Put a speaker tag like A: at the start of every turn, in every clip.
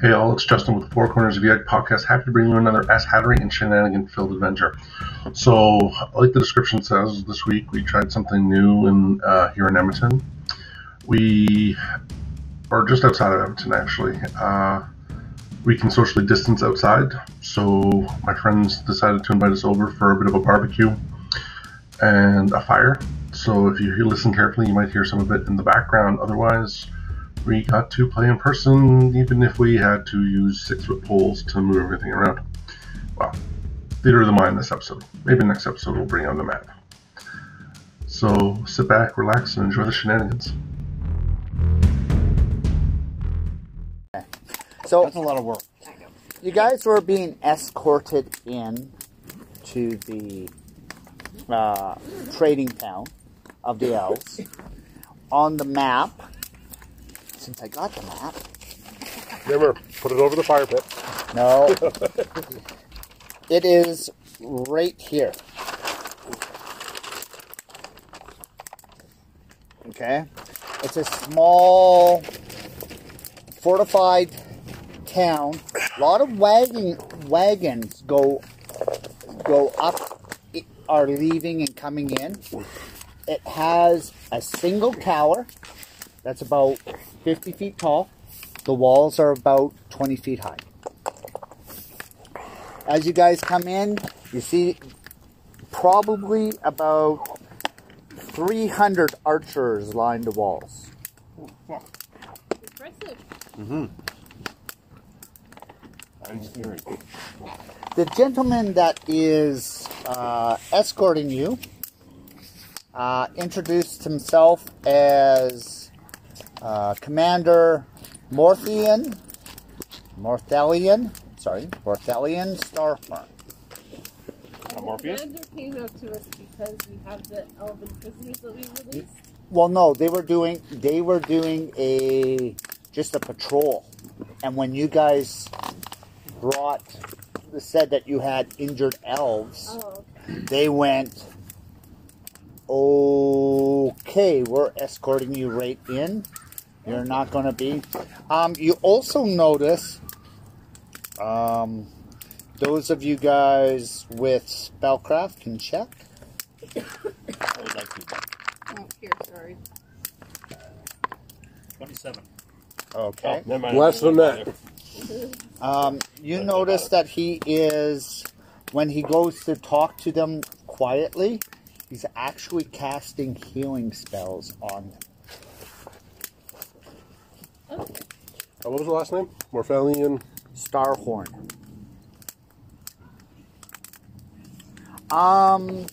A: Hey all, it's Justin with the Four Corners of VI podcast. Happy to bring you another ass hattering and shenanigan filled adventure. So, like the description says, this week we tried something new in uh, here in Edmonton. We, or just outside of Edmonton actually, uh, we can socially distance outside. So my friends decided to invite us over for a bit of a barbecue and a fire. So if you listen carefully, you might hear some of it in the background. Otherwise, we got to play in person, even if we had to use six foot poles to move everything around. Well, theater of the mind this episode. Maybe next episode we'll bring on the map. So sit back, relax, and enjoy the shenanigans.
B: So
C: a lot of work.
B: you guys were being escorted in to the uh, trading town of the elves. On the map, since I got the map,
D: Remember, put it over the fire pit.
B: no, it is right here. Okay, it's a small fortified town. A lot of wagon wagons go go up, i- are leaving and coming in. It has a single tower that's about 50 feet tall. The walls are about 20 feet high. As you guys come in, you see probably about 300 archers line the walls.
E: Impressive.
B: the gentleman that is uh, escorting you uh, introduced himself as uh, Commander Morthian, Morthalian, sorry, Morthalian Starfern.
D: Morpheus?
E: Commander came out to us because we have the elven prisoners that we released.
B: Well, no, they were doing they were doing a just a patrol, and when you guys brought said that you had injured elves.
E: Oh,
B: they went, okay, we're escorting you right in. You're not going to be. Um, you also notice, um, those of you guys with spellcraft can check.
E: oh here, sorry.
C: Twenty-seven.
B: Okay.
D: Less than that.
B: Um, you notice that he is, when he goes to talk to them quietly, he's actually casting healing spells on them.
E: Okay.
D: Oh, what was the last name? Morphalian.
B: Starhorn. Um,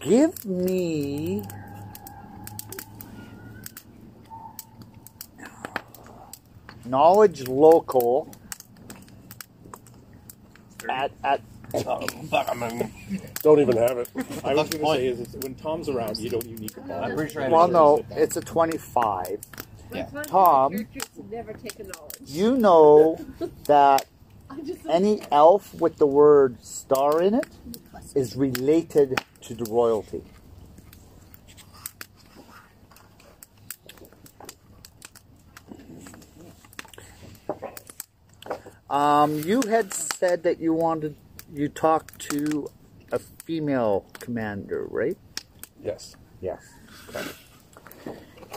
B: give me. Knowledge local at at
D: Don't even have it.
F: I was going to say is, is when Tom's around, you don't you need to bother.
C: I'm pretty sure. I
B: well
C: had
B: no it's a twenty five.
E: My fun is
B: Tom.
E: Characters never take a knowledge.
B: You know that
E: I'm just a
B: any elf with the word star in it is related to the royalty. Um, you had said that you wanted you talked to a female commander, right?
D: Yes.
B: Yes.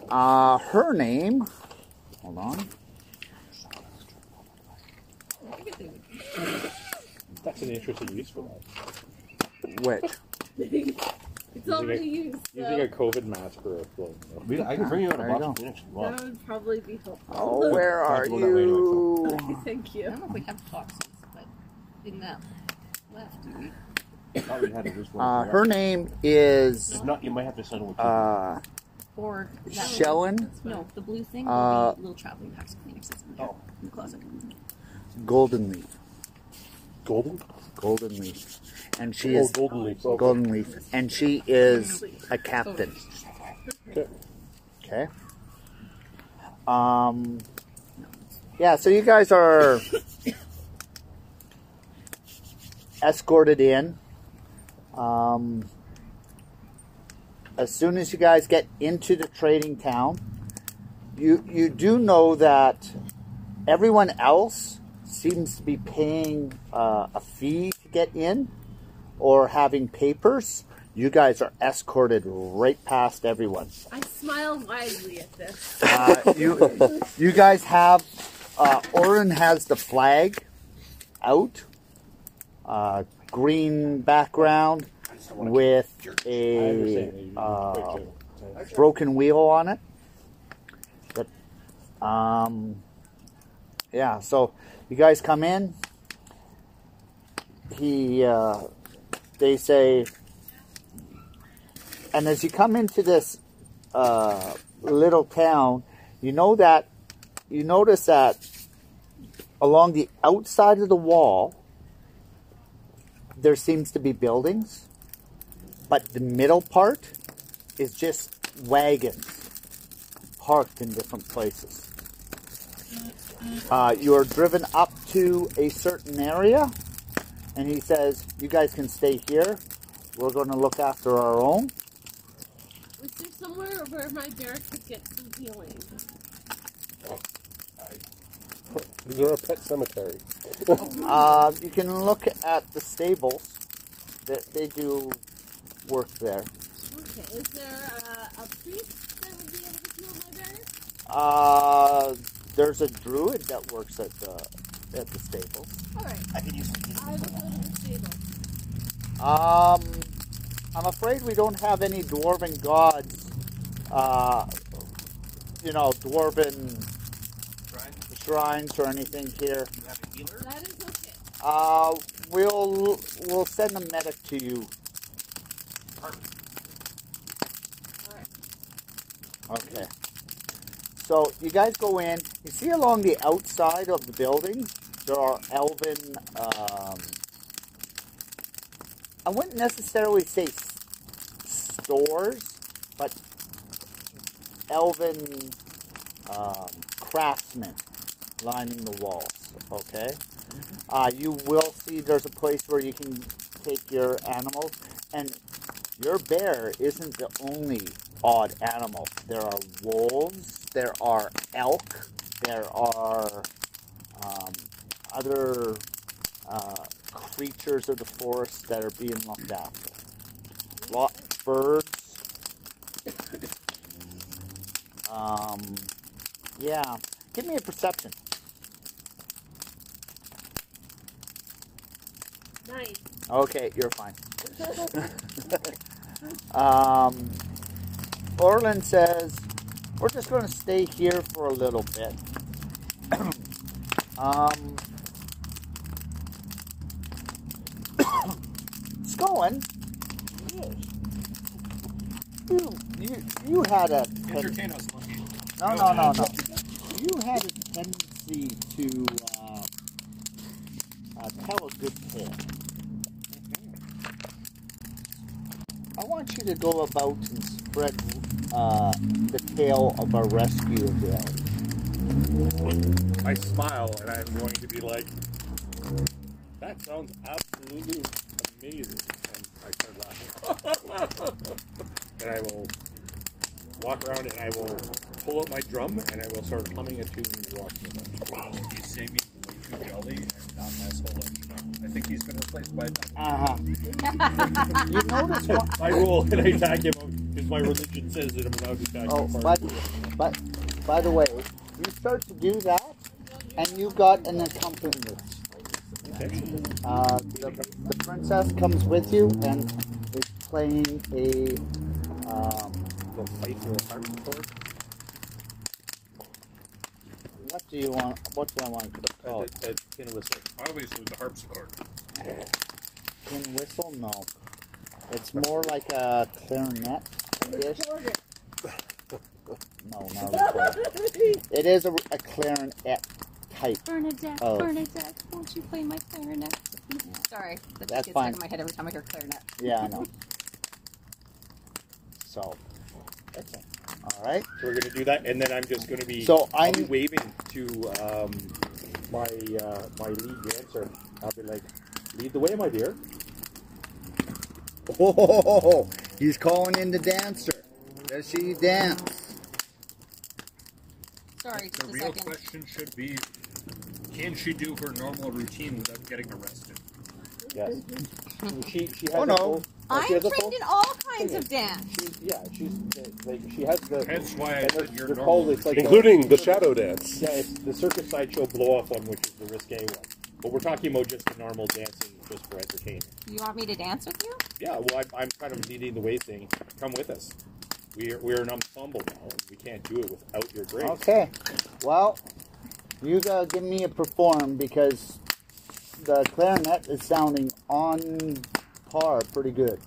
B: Uh, her name. Hold on.
F: That's an interesting use for that.
B: Which?
E: it's already used.
F: You think a
E: So
F: COVID mask or a float?
C: it. We- I can bring you out
B: There
C: a
B: you
C: box
B: go.
C: of Phoenix if you want.
E: that would probably be helpful.
B: Oh, where
C: Talked
B: are
C: about that later,
B: you?
E: Thank
G: I don't
E: you.
G: know if we have boxes, but in that left, do we?
C: I thought we had it just one.
B: Uh, her name is
C: If not, you might have to settle with.
B: uh,
G: Or that one.
B: Shellen
G: No, the blue thing.
B: Uh,
G: will be little traveling packs of Kleenex that's in, there,
C: Oh.
G: in the closet.
B: Goldenleaf.
D: Golden?
B: Goldenleaf. And she
D: Oh,
B: is
D: golden leaves. Oh,
B: Goldenleaf. And she is a captain.
D: okay.
B: Okay. Um, yeah, so you guys are escorted in. Um, as soon as you guys get into the trading town, you you do know that everyone else seems to be paying uh, a fee to get in or having papers. You guys are escorted right past everyone.
E: I smile widely at this.
B: Uh, you, you guys have, uh, Orin has the flag out, uh, green background with
F: I
B: a
F: understand. You- you-
B: uh,
F: wait, Joe.
B: broken wheel on it. But, um, yeah, so you guys come in. He, uh, they say, and as you come into this uh, little town, you know that you notice that along the outside of the wall there seems to be buildings, but the middle part is just wagons parked in different places. Uh, you're driven up to a certain area, and he says, You guys can stay here. We're going to look after our own.
E: Was there somewhere where my Derek could get some healing?
D: Is there a pet cemetery?
B: Uh, you can look at the stables. That they do work there.
E: Okay, is there a, a priest that would be able to heal my Derek?
B: Uh, there's a druid that works at the at the stables.
E: Alright,
H: I could use some
E: I will go to the stable.
B: Um, I'm afraid we don't have any dwarven gods. Uh, you know, dwarven
H: Brian, do
B: shrines or anything here.
H: you have a healer?
E: That is okay.
B: Uh, we'll we'll send a medic to you.
E: Alright.
B: Okay. So you guys go in. You see along the outside of the building, there are elven. Um, I wouldn't necessarily say s- stores, but elven um, craftsmen lining the walls. Okay. Uh, you will see there's a place where you can take your animals, and your bear isn't the only odd animal. There are wolves, there are elk, there are um, other uh, creatures of the forest that are being looked after. Lot birds. Um, yeah, give me a perception.
E: Nice.
B: Okay, you're fine. um, Orland says, We're just going to stay here for a little bit. um, it's going. You, you, you had a.
H: Get your Thanos monkey.
B: No, no, no, no. You had a tendency to uh, uh, tell a good tale. I want you to go about and spread uh, the tale of our rescue of the elk.
F: I smile and I'm going to be like, that sounds absolutely amazing. And I start laughing. and I will walk around and I will pull out my drum and I will start humming a tune and walking around.
H: You say me way too jolly and not my soul. I think he's been replaced by that.
B: Uh-huh. you notice what?
F: I roll and I attack him because my religion says that I'm allowed to attack
B: Oh,
F: my
B: but,
F: partner.
B: but, by the way, you start to do that, and you got an accompaniment. Uh, the, the princess comes with you and is playing a. Um,
F: The fight for the harpsichord.
B: what do you want? What do I want Oh, to
F: Oh,
B: call it?
D: Obviously, the harpsichord.
B: Tin whistle? No. It's more like a clarinet dish.
E: Recorder.
B: No, not a clarinet. It is a, a clarinet type.
G: Bernadette,
B: Oh.
G: Bernadette, won't you play my clarinet? Sorry, that
B: That's
G: just gets
B: fine.
G: stuck in my head every time I hear clarinet.
B: Yeah, I know. So, all right.
F: So we're gonna do that, and then I'm just gonna be
B: So
F: I'll be
B: I'm-
F: waving to um, my uh, my lead dancer. I'll be like, lead the way, my dear.
B: Oh, he's calling in the dancer. Does she dance?
G: Sorry, just
H: The
G: a
H: real
G: second.
H: question should be Can she do her normal routine without getting arrested?
F: Yes. And she she has
B: Oh,
F: a
B: no.
F: full-
E: I'm
F: she has a
E: trained
F: full-
E: in all kinds of dance.
F: She, yeah, she's like she has the.
H: Hence why I
F: and
H: said
F: they're-
H: your
F: they're
H: normal
F: called- it's like a-
D: Including the shadow dance.
F: Yeah, it's the circus sideshow blow off one, which is the risque one. But we're talking about just the normal dancing, just for entertainment.
E: You want me to dance with you?
F: Yeah, well, I'm, I'm kind of leading the way, saying, "Come with us. We are we're an ensemble now, and we can't do it without your grace."
B: Okay. Well, you gotta give me a perform because the clarinet is sounding on par pretty good.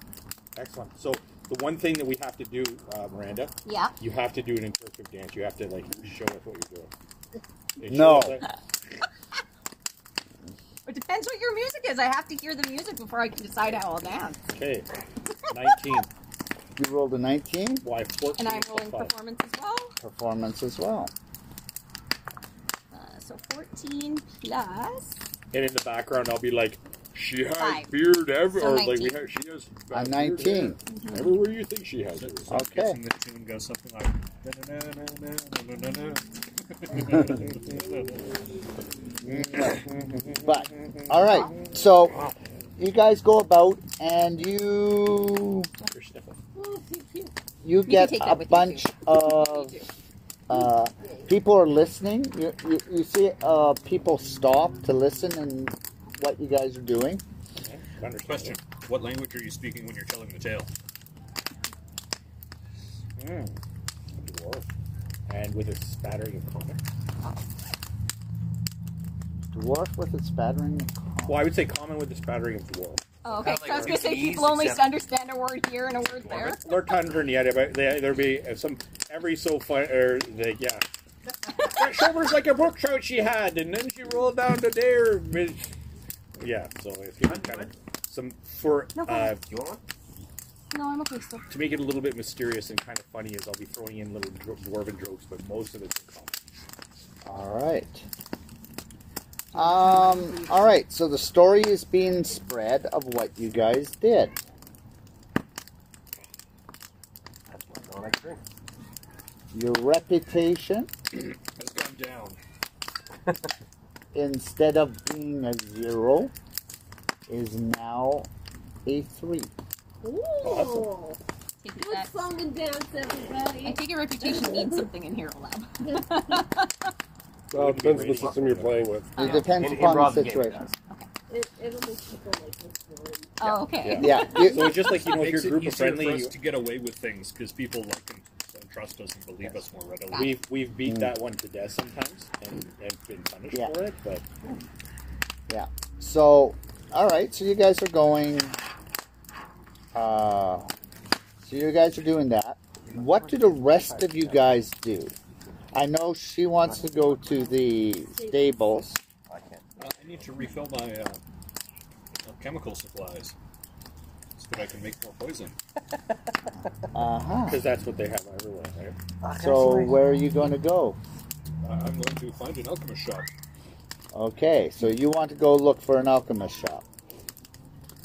F: Excellent. So the one thing that we have to do, uh, Miranda,
E: Yeah.
F: you have to do an interpretive dance. You have to like show us what you're doing. And
B: No.
F: show us that-
E: It depends what your music is. I have to hear the music before I can decide how I'll dance.
F: Okay. Nineteen.
B: You rolled a 19
F: Why fourteen?
E: And I'm
F: plus
E: rolling
F: five.
E: performance as well.
B: performance as well.
E: Uh, so 14 plus.
F: And in the background, I'll be like, "She has
E: Five.
F: beard
E: So
F: everywhere." like we
E: 19.
F: have, she has.
B: A
F: beard
B: 19.
F: everywhere. Everywhere you think she has it.
H: So I'm
B: Okay.
H: guessing the tune goes something like.
B: But, alright, so you guys go about and you
F: You're sniffing.
E: Oh, thank you.
B: you
E: can
B: get
E: take that
B: a
E: with you,
B: bunch
E: too.
B: of
E: You do.
B: uh, people are listening. You, you, you see uh, people stop to listen and what you guys are doing.
F: Understandable.
H: Question: What language are you speaking when you're telling the tale?
F: Dwarf. And with a spattering of common.
B: Dwarf with its spattering.
F: Well, I would say common with a spattering of dwarf.
E: Oh, okay.
H: Not
E: So
H: like
E: I was going to say
H: Portuguese,
E: people only
H: except-
E: understand a word here and a word there.
F: Lord Tundra, yeah, but they, there'll be some every so far. Or the, yeah, that shoulder's like a brook trout she had, and then she rolled down to there. mid- Yeah, so it's gonna be kind of some for
E: No
F: uh,
E: problem. No, I'm okay still.
F: to make it a little bit mysterious and kind of funny is I'll be throwing in little dro- dwarven jokes, but most of it's in common.
B: All right. Um. All right. So the story is being spread of what you guys did. Your reputation,
H: Has gone down.
B: instead of being a zero, is now a three.
E: Ooh.
G: Take it
E: Good
G: back.
E: song and dance,
G: I
E: everybody.
G: think your reputation means something in Hero Lab.
D: Well, it depends on the system you're playing with.
B: It depends upon the situation.
E: It, it'll make people like this story.
G: Oh, okay.
B: Yeah. you-
F: So it's just like you know, if
H: Makes
F: your
H: it
F: group of
H: easier for
F: friendly,
H: us to get away with things because people like and, and trust us and believe us more readily.
F: we've we've
H: Mm.
F: beat that one to death sometimes and, and been punished
B: Yeah.
F: for it, but
B: Yeah. So, all right. So you guys are going. Uh, so you guys are doing that. What do the rest of you guys do? I know she wants to go to the stables.
H: Uh, I need to refill my uh, uh, chemical supplies so that I can make more poison.
B: Uh huh.
F: because that's what they have everywhere, right?
B: So where are you going to go?
H: Uh, I'm going to find an alchemist shop.
B: Okay. So you want to go look for an alchemist shop.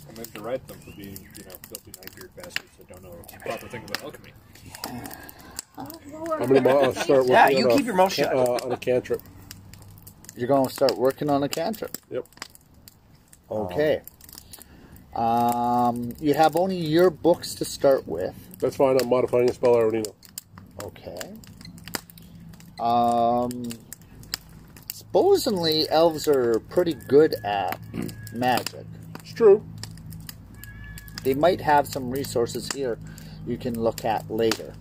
H: I'm going to write them for being, you know, filthy nine-geared bastards that don't know the proper thing about alchemy.
D: I'm gonna mo- I'll start working
I: Yeah, you
D: on, a,
I: keep your mouth shut.
D: Uh, on a cantrip.
B: You're going to start working on a cantrip.
D: Yep.
B: Okay. Um, you have only your books to start with.
D: That's fine. I'm modifying a spell I already know.
B: Okay. Um, supposedly elves are pretty good at magic.
D: It's true.
B: They might have some resources here you can look at later.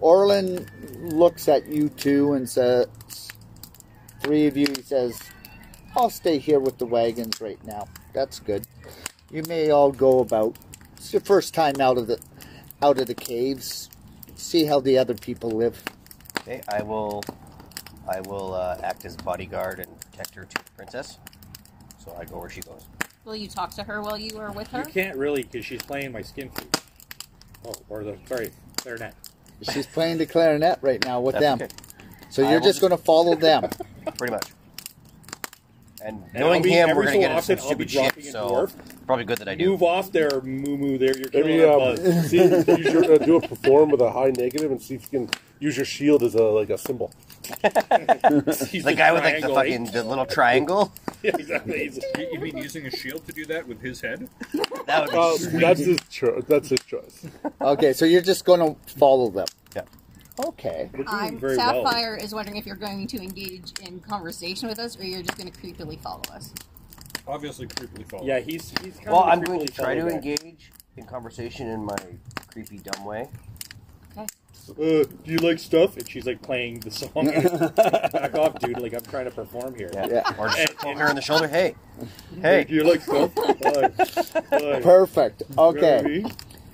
B: Orlin looks at you two and says, three of you, he says, I'll stay here with the wagons right now. That's good. You may all go about. It's your first time out of the out of the caves. See how the other people live.
I: Okay, I will, I will uh, act as bodyguard and protector to the princess. So I go where she goes.
G: Will you talk to her while you are with
F: You
G: her?
F: can't really because she's playing my skin flute. Oh, or the sorry, clarinet.
B: She's playing the clarinet right now with
I: That's
B: them.
I: okay,
B: So
I: I
B: you're
I: will
B: just
I: just-
B: going to follow them.
I: pretty much. And
F: And
I: knowing
F: I'll be-
I: him, we're
F: every so
I: gonna get into
F: often,
I: some
F: I'll be
I: stupid shit.
F: dropping a
I: So probably good that I do.
F: Move off there, moo moo. There, you're killing
D: Maybe
F: our
D: um,
F: buzz.
D: see, use your, uh, do a perform with a high negative and see if you can use your shield as a like a symbol.
H: He's
I: the guy with like the
F: triangle,
I: fucking the little triangle.
F: Yeah, exactly. He's-
H: You, you mean using a shield to do that with his head?
I: That would be
D: Well,
I: sweet.
D: Uh, that's his choice. That's his choice.
B: Okay, so you're just going to follow them.
I: Yeah.
B: Okay.
F: we're doing
G: Um,
F: very well.
G: Sapphire is wondering if you're going to engage in conversation with us or you're just going to creepily follow us.
H: Obviously, creepily followed.
F: Yeah, he's he's kind
I: Well,
F: of a
I: I'm going to
F: creepily
I: try
F: fellow
I: to
F: guy.
I: engage in conversation in my creepy dumb way.
F: Uh, do you like stuff? And she's like playing the song. Back off, dude! Like I'm trying to perform here.
I: Yeah.
B: Yeah.
I: Or
F: And-
I: just poke her in the shoulder. Hey, hey.
F: Do you like stuff? Why? Why?
B: Perfect. Okay.
F: Really?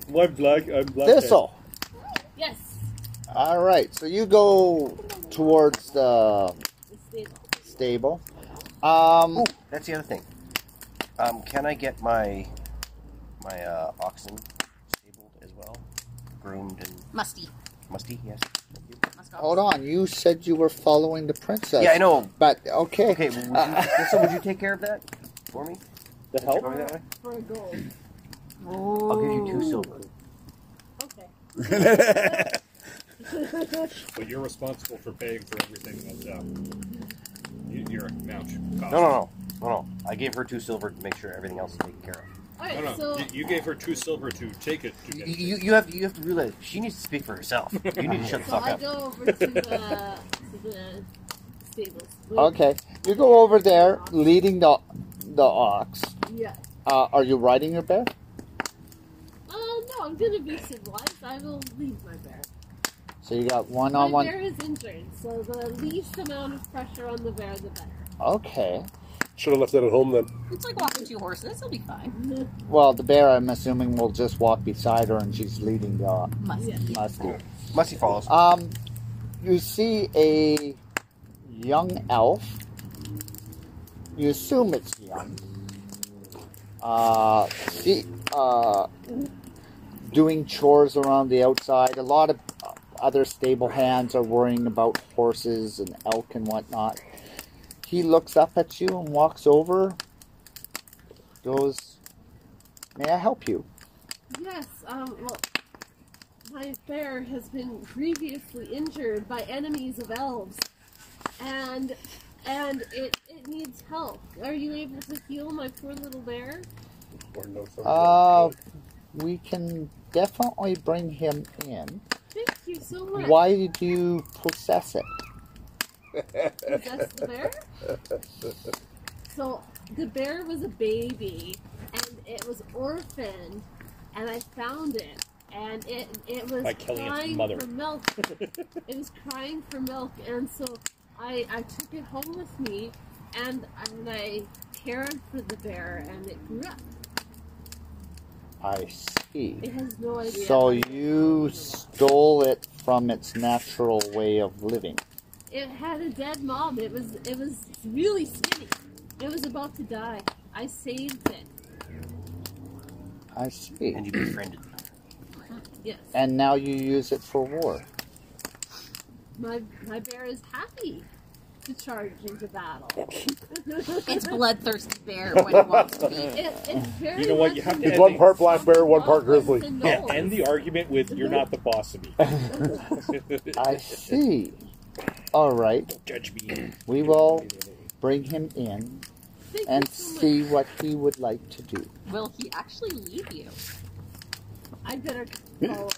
F: Why black? I'm black.
B: Thistle.
E: Yes.
B: All right. So you go towards the
E: It's
B: stable.
E: stable.
B: Um,
I: Ooh, that's the other thing. Um, can I get my my uh, oxen stabled as well, groomed and
G: Musty.
I: musty? Yes.
G: Must off.
B: hold on. You said you were following the princess.
I: Yeah, I know.
B: But okay.
I: Okay, well, would you, Lisa, would you take care of that for me?
F: The help?
I: Going that way?
E: For a goal.
G: Oh.
I: I'll give you two silver.
E: Okay.
H: But you're responsible for paying for everything that uh, you, you're a mount.
I: No, no, no, no, no. I gave her two silver to make sure everything else is taken care of.
E: All
H: No,
E: right.
H: no.
E: So
H: You, you gave her two silver to take it. To
I: You,
H: get it.
I: you, you have you have to realize she needs to speak for herself. You need to shut the
E: so
I: fuck
E: I
I: up.
E: go over to the to the stables. Wait,
B: Okay. You go over there, leading the the ox.
E: Yeah.
B: Uh, are you riding your bear?
E: Uh, no, I'm gonna be civilized. I will leave my bear.
B: So you got one on
E: my
B: one.
E: bear is injured, so the least amount of pressure on the bear, the better.
B: Okay.
D: Should have left that at home then.
G: It's like walking two horses. It'll be fine.
B: Well, the bear, I'm assuming, will just walk beside her, and she's leading the uh,
G: Musty.
B: musky.
I: Musty follows.
B: Um, you see a young elf. You assume it's young. Uh, see, uh, doing chores around the outside. A lot of uh, other stable hands are worrying about horses and elk and whatnot. He looks up at you and walks over. Goes, may I help you?
E: Yes. Um. Well, my bear has been grievously injured by enemies of elves, and and it it needs help. Are you able to heal my poor little bear?
D: Or no something.
B: Uh, we can definitely bring him in.
E: Thank you so much.
B: Why did you possess it?
E: Just the bear? So the bear was a baby and it was orphaned and I found it and it it was
F: By killing its
E: crying
F: mother.
E: for milk. it was crying for milk and so I, I took it home with me and, and I cared for the bear and it grew up.
B: I see.
E: It has no idea.
B: So you stole it from its natural way of living.
E: it had a dead mom. It was it was really skinny. It was about to die. I saved it.
B: I see.
I: And you befriended.
E: Yes.
B: And now you use it for war.
E: My my bear is happy to charge into battle.
G: It's bloodthirsty bear when it wants to be.
E: It, it's very
F: You know what, you
E: much
F: have to
E: like
D: He's one part black bear, one part
E: Wallace
D: grizzly.
E: and
F: Yeah,
E: Knowles.
F: end the argument with "You're not the boss of me."
B: I see. All right.
F: Judge me.
B: We will bring him in
E: Thank you
B: and
E: so much.
B: see what he would like to do.
G: Will he actually leave you?
E: I better. go.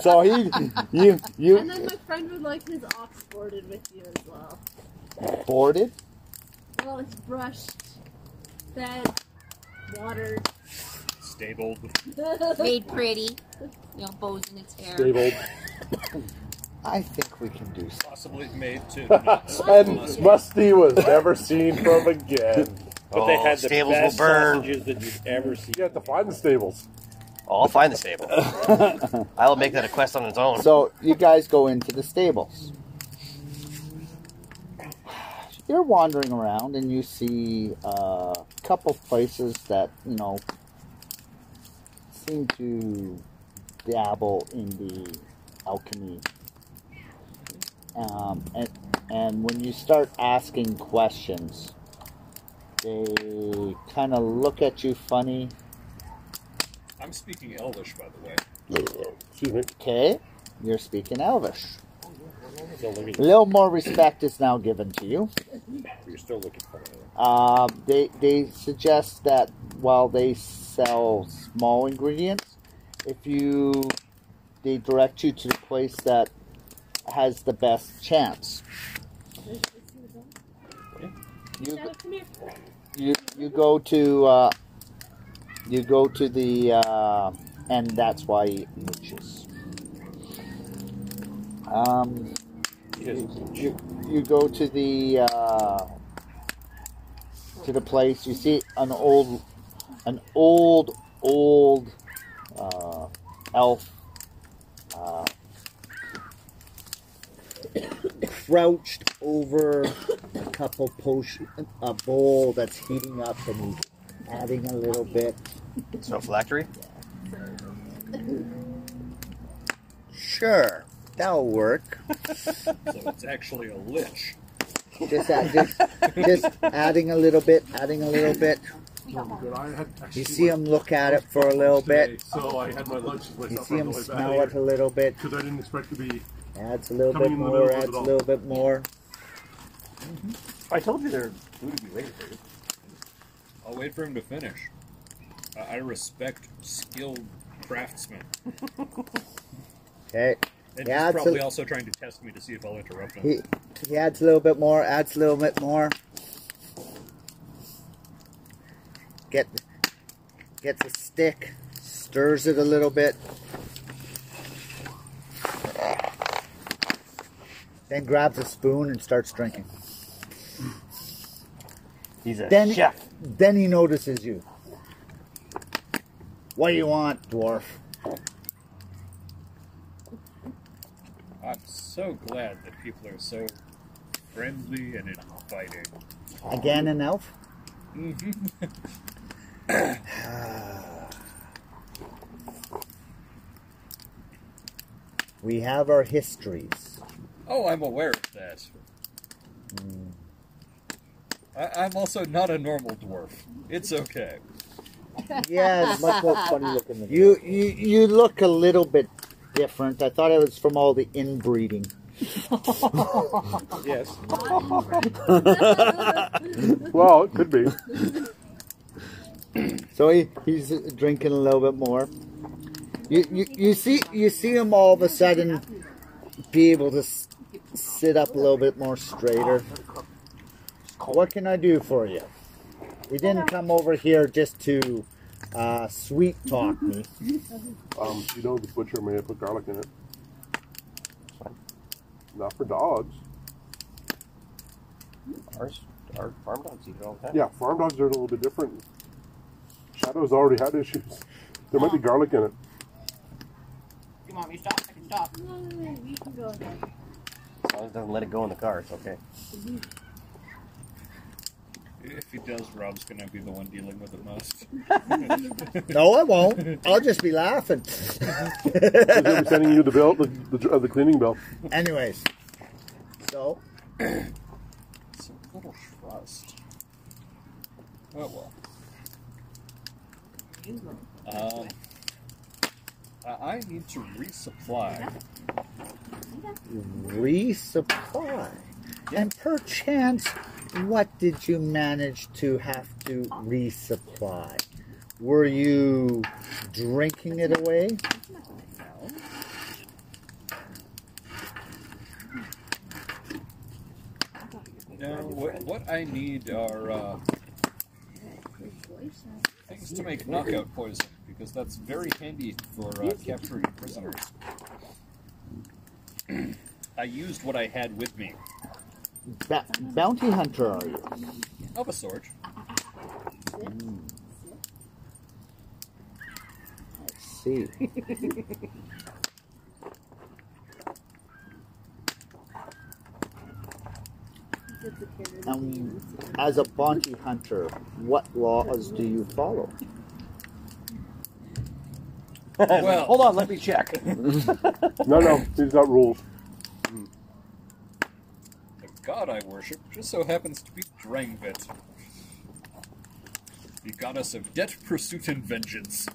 B: So he, you,
E: and
B: you
E: then my friend would like his ox boarded with you as well.
B: boarded.
E: Well, it's brushed, fed, watered.
F: Stabled.
G: Made pretty. You know, bows in its hair.
D: Stable.
B: I think we can do so.
H: Possibly made to. not
D: And Musty was never seen from again.
F: But they
I: Oh,
F: had the
I: stables will
F: best
I: burn.
F: sausages that you've ever seen.
D: You have to find the stables.
I: Oh, I'll find the stable. I'll make that a quest on its own.
B: So you guys go into the stables. You're wandering around and you see uh, a couple places that you know seem to dabble in the alchemy. Um, and and when you start asking questions, they kind of look at you funny.
H: I'm speaking Elvish, by the way.
D: Excuse me.
B: Okay, You're speaking Elvish.
F: Still looking.
B: A little more respect is now given to you.
F: You're still looking for it.
B: Uh, they they suggest that while they sell small ingredients, if you they direct you to the place that has the best chance. You
E: Shadow, come here.
B: you you go to uh, you go to the uh, and that's why it mooches. Um, you, you, you go to the uh, to the place. You see an old an old old uh, elf uh, crouched over a couple potion a bowl that's heating up and he's adding a little bit.
I: So phylactery.
B: Sure, that'll work.
H: So it's actually a lich.
B: Just add, just, just adding a little bit, adding a little bit.
F: But I had
B: You see him look at it for a little bit.
F: So I had my lunch with
B: You see him smell it a little bit.
F: because I didn't expect to be.
B: Adds a little
F: Coming
B: bit
F: in the
B: more.
F: middle
B: Adds
F: of it
B: a
F: all.
B: little bit more.
C: I told you they're due to be late. right?
H: I'll wait for him to finish. I I respect skilled craftsmen.
B: Okay.
H: And
B: Yeah, it's
H: he's
B: a-
H: probably also trying to test me to see if I'll interrupt him.
B: He he adds a little bit more. Adds a little bit more. Get gets a stick. Stirs it a little bit. Then grabs a spoon and starts drinking.
I: He's a
B: Then,
I: chef.
B: then he notices you. What do you want, dwarf?
H: I'm so glad that people are so friendly and inviting.
B: Again, an elf? we have our histories.
H: Oh, I'm aware of that. Hmm. I, I'm also not a normal dwarf. It's okay.
B: Yes,
J: Much more funny looking than
B: you, you you look a little bit different. I thought it was from all the inbreeding.
F: Yes.
D: Well, it could be.
B: So he, he's drinking a little bit more. You, you you see you see him all of a sudden be able to s- sit up a little bit more straighter. What can I do for you? You didn't come over here just to uh, sweet talk me.
D: Um, you know, the butcher may have put garlic in it. Not for dogs.
I: Ours, our farm dogs eat it all the time.
D: Yeah, farm dogs are a little bit different. Shadow's already had issues. There might be garlic in it.
G: You want me to stop? I can stop.
E: No, no, no, you can go ahead.
I: As long as it doesn't let it go in the car, it's okay.
H: If he does, Rob's gonna be the one dealing with it most.
B: No, I won't. I'll just be laughing.
D: Because they'll be sending you the bill, the, the, uh, the cleaning bill.
B: Anyways, so
H: It's a little trust. Oh well. Um, I I need to resupply.
B: resupply. And perchance, what did you manage to have to resupply? Were you drinking it away?
H: No, what, what I need are uh, things to make knockout poison because that's very handy for uh, capturing prisoners. I used what I had with me,
B: Ba- bounty hunter are you?
H: of a sort.
B: Let's see.
E: Get the carrot.
B: Um, as a bounty hunter, what laws do you follow?
H: Well,
I: Hold on, let me check.
D: No, no, these got rules.
H: The god I worship just so happens to be Drangvit, the goddess of debt, pursuit, and vengeance.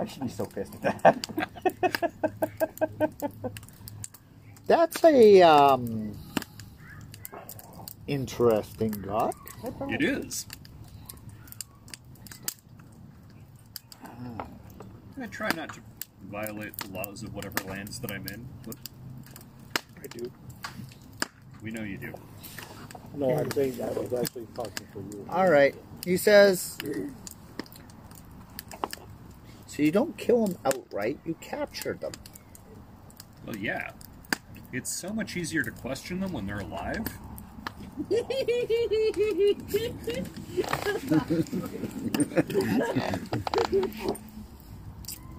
J: I should be so pissed at that.
B: That's a um, interesting guy.
H: It is. Ah. I try not to violate the laws of whatever lands that I'm in, but
C: I do.
H: we know you do.
C: No, I'm saying that was actually talking for you.
B: All right. He says. So you don't kill them outright. You capture them.
H: Well, yeah. It's so much easier to question them when they're alive.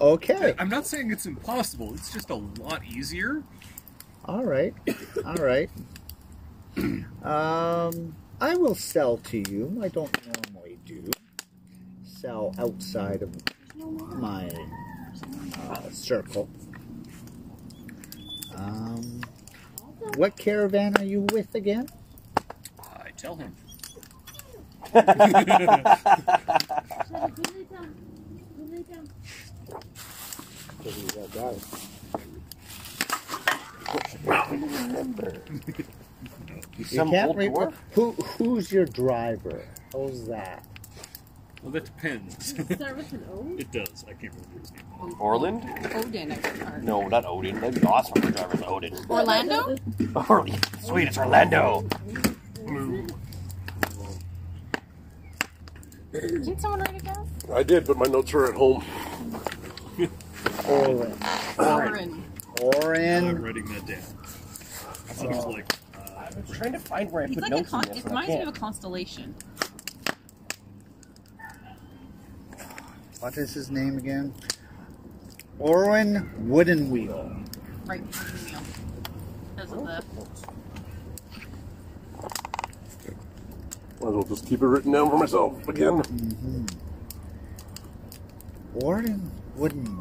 B: Okay.
H: I'm not saying it's impossible, it's just a lot easier.
B: All right. All right. Um, I will sell to you. I don't normally do sell outside of my uh, circle. Um, what caravan are you with again?
H: I tell him.
E: Shadow, go lay down. Go lay down.
C: Because that guy.
I: Some old
B: re-
I: dwarf?
B: Who who's your driver? Who's that?
H: Well, that depends.
E: Start with an O.
H: it does. I can't remember his name.
I: Orland?
G: Odin. I think, or-
I: No, not Odin. That'd be awesome if the driver's Odin.
G: Orlando?
I: Or- Sweet, it's Orlando.
G: Didn't someone write it down?
D: I did, but my notes are at home.
B: Orin.
G: Orin.
H: I'm
B: Orin.
H: writing that down. So I was like, uh,
I: I'm trying to find where I
G: It's
I: put
G: like a
I: notes
G: con-
I: in this.
G: it
I: and I
G: reminds me of a
I: can't.
G: constellation.
B: What is his name again? Orin Wooden Wheel.
G: Right. Neil. Because of the
D: Might as well just keep it written down for myself again.
B: Orin Wooden Wheel.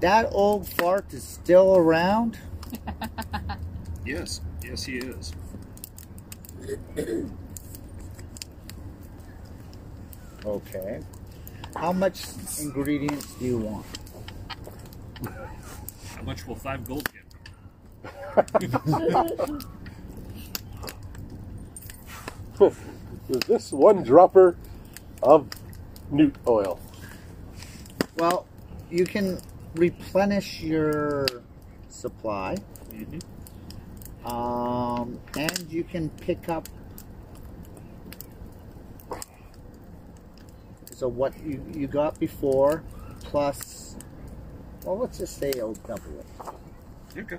B: That old fart is still around.
H: yes, yes, he is.
B: Okay. How much ingredients do you want?
H: How much will five gold get?
D: Is this one dropper of newt oil?
B: Well, you can replenish your supply. Um, and you can pick up. So what you, you got before, plus, well, let's just say it'll double it.
H: Okay.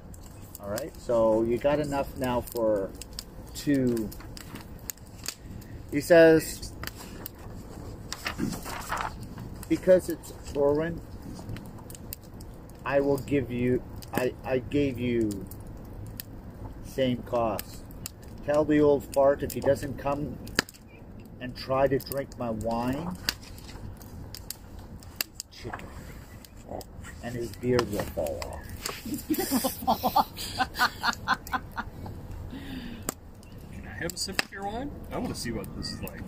B: All right. So you got enough now for two. He says because it's Orin, I will give you. I I gave you same cost. Tell the old fart if he doesn't come and try to drink my wine, he's chicken, and his beard will fall off.
H: Can I have a sip of your wine? I want to see what this is like.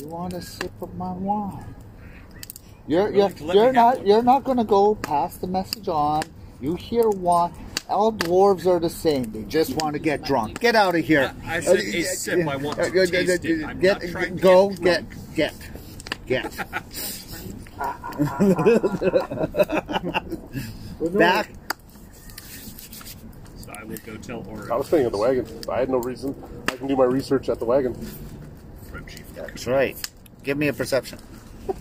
B: You want a sip of my wine? You're you're,
H: Really? Let me
B: you're
H: have
B: not
H: one.
B: you're not gonna go pass the message on. You hear one. All dwarves are the same. They just want to get drunk. Get out of here.
H: I- I said a sip. I want to
B: Uh, uh,
H: taste it. I'm
B: get-
H: not trying to
B: go
H: get
B: get get get. Back.
H: So I will go tell Orin.
D: I was staying at the wagon. I had no reason. I can do my research at the wagon.
H: from Chief.
B: That's right. Give me a perception.
C: I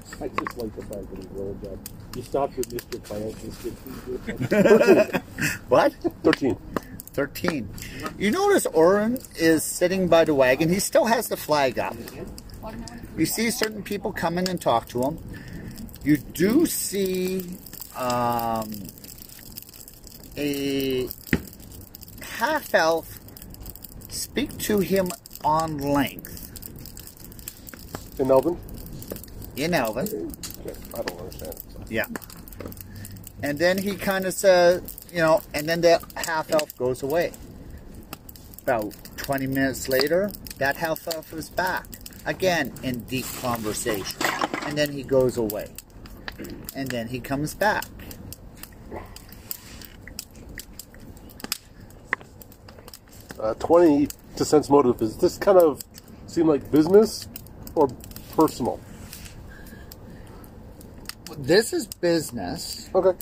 C: just like the fact that he rolled up. He stopped with Mr. Financial.
B: What?
D: 13.
B: 13. You notice Oren is sitting by the wagon. He still has the flag up. You see certain people come in and talk to him. You do see um, a half elf speak to him on length
D: In Elven?
B: in Elven.
D: Okay, I don't understand.
B: Yeah. And then he kind of says, you know, and then the half elf goes away. About 20 minutes later, that half elf is back. again in deep conversation. And then he goes away. And then he comes back.
D: Uh, 20 to sense motive. Does this kind of seem like business or personal?
B: This is business.
D: Okay.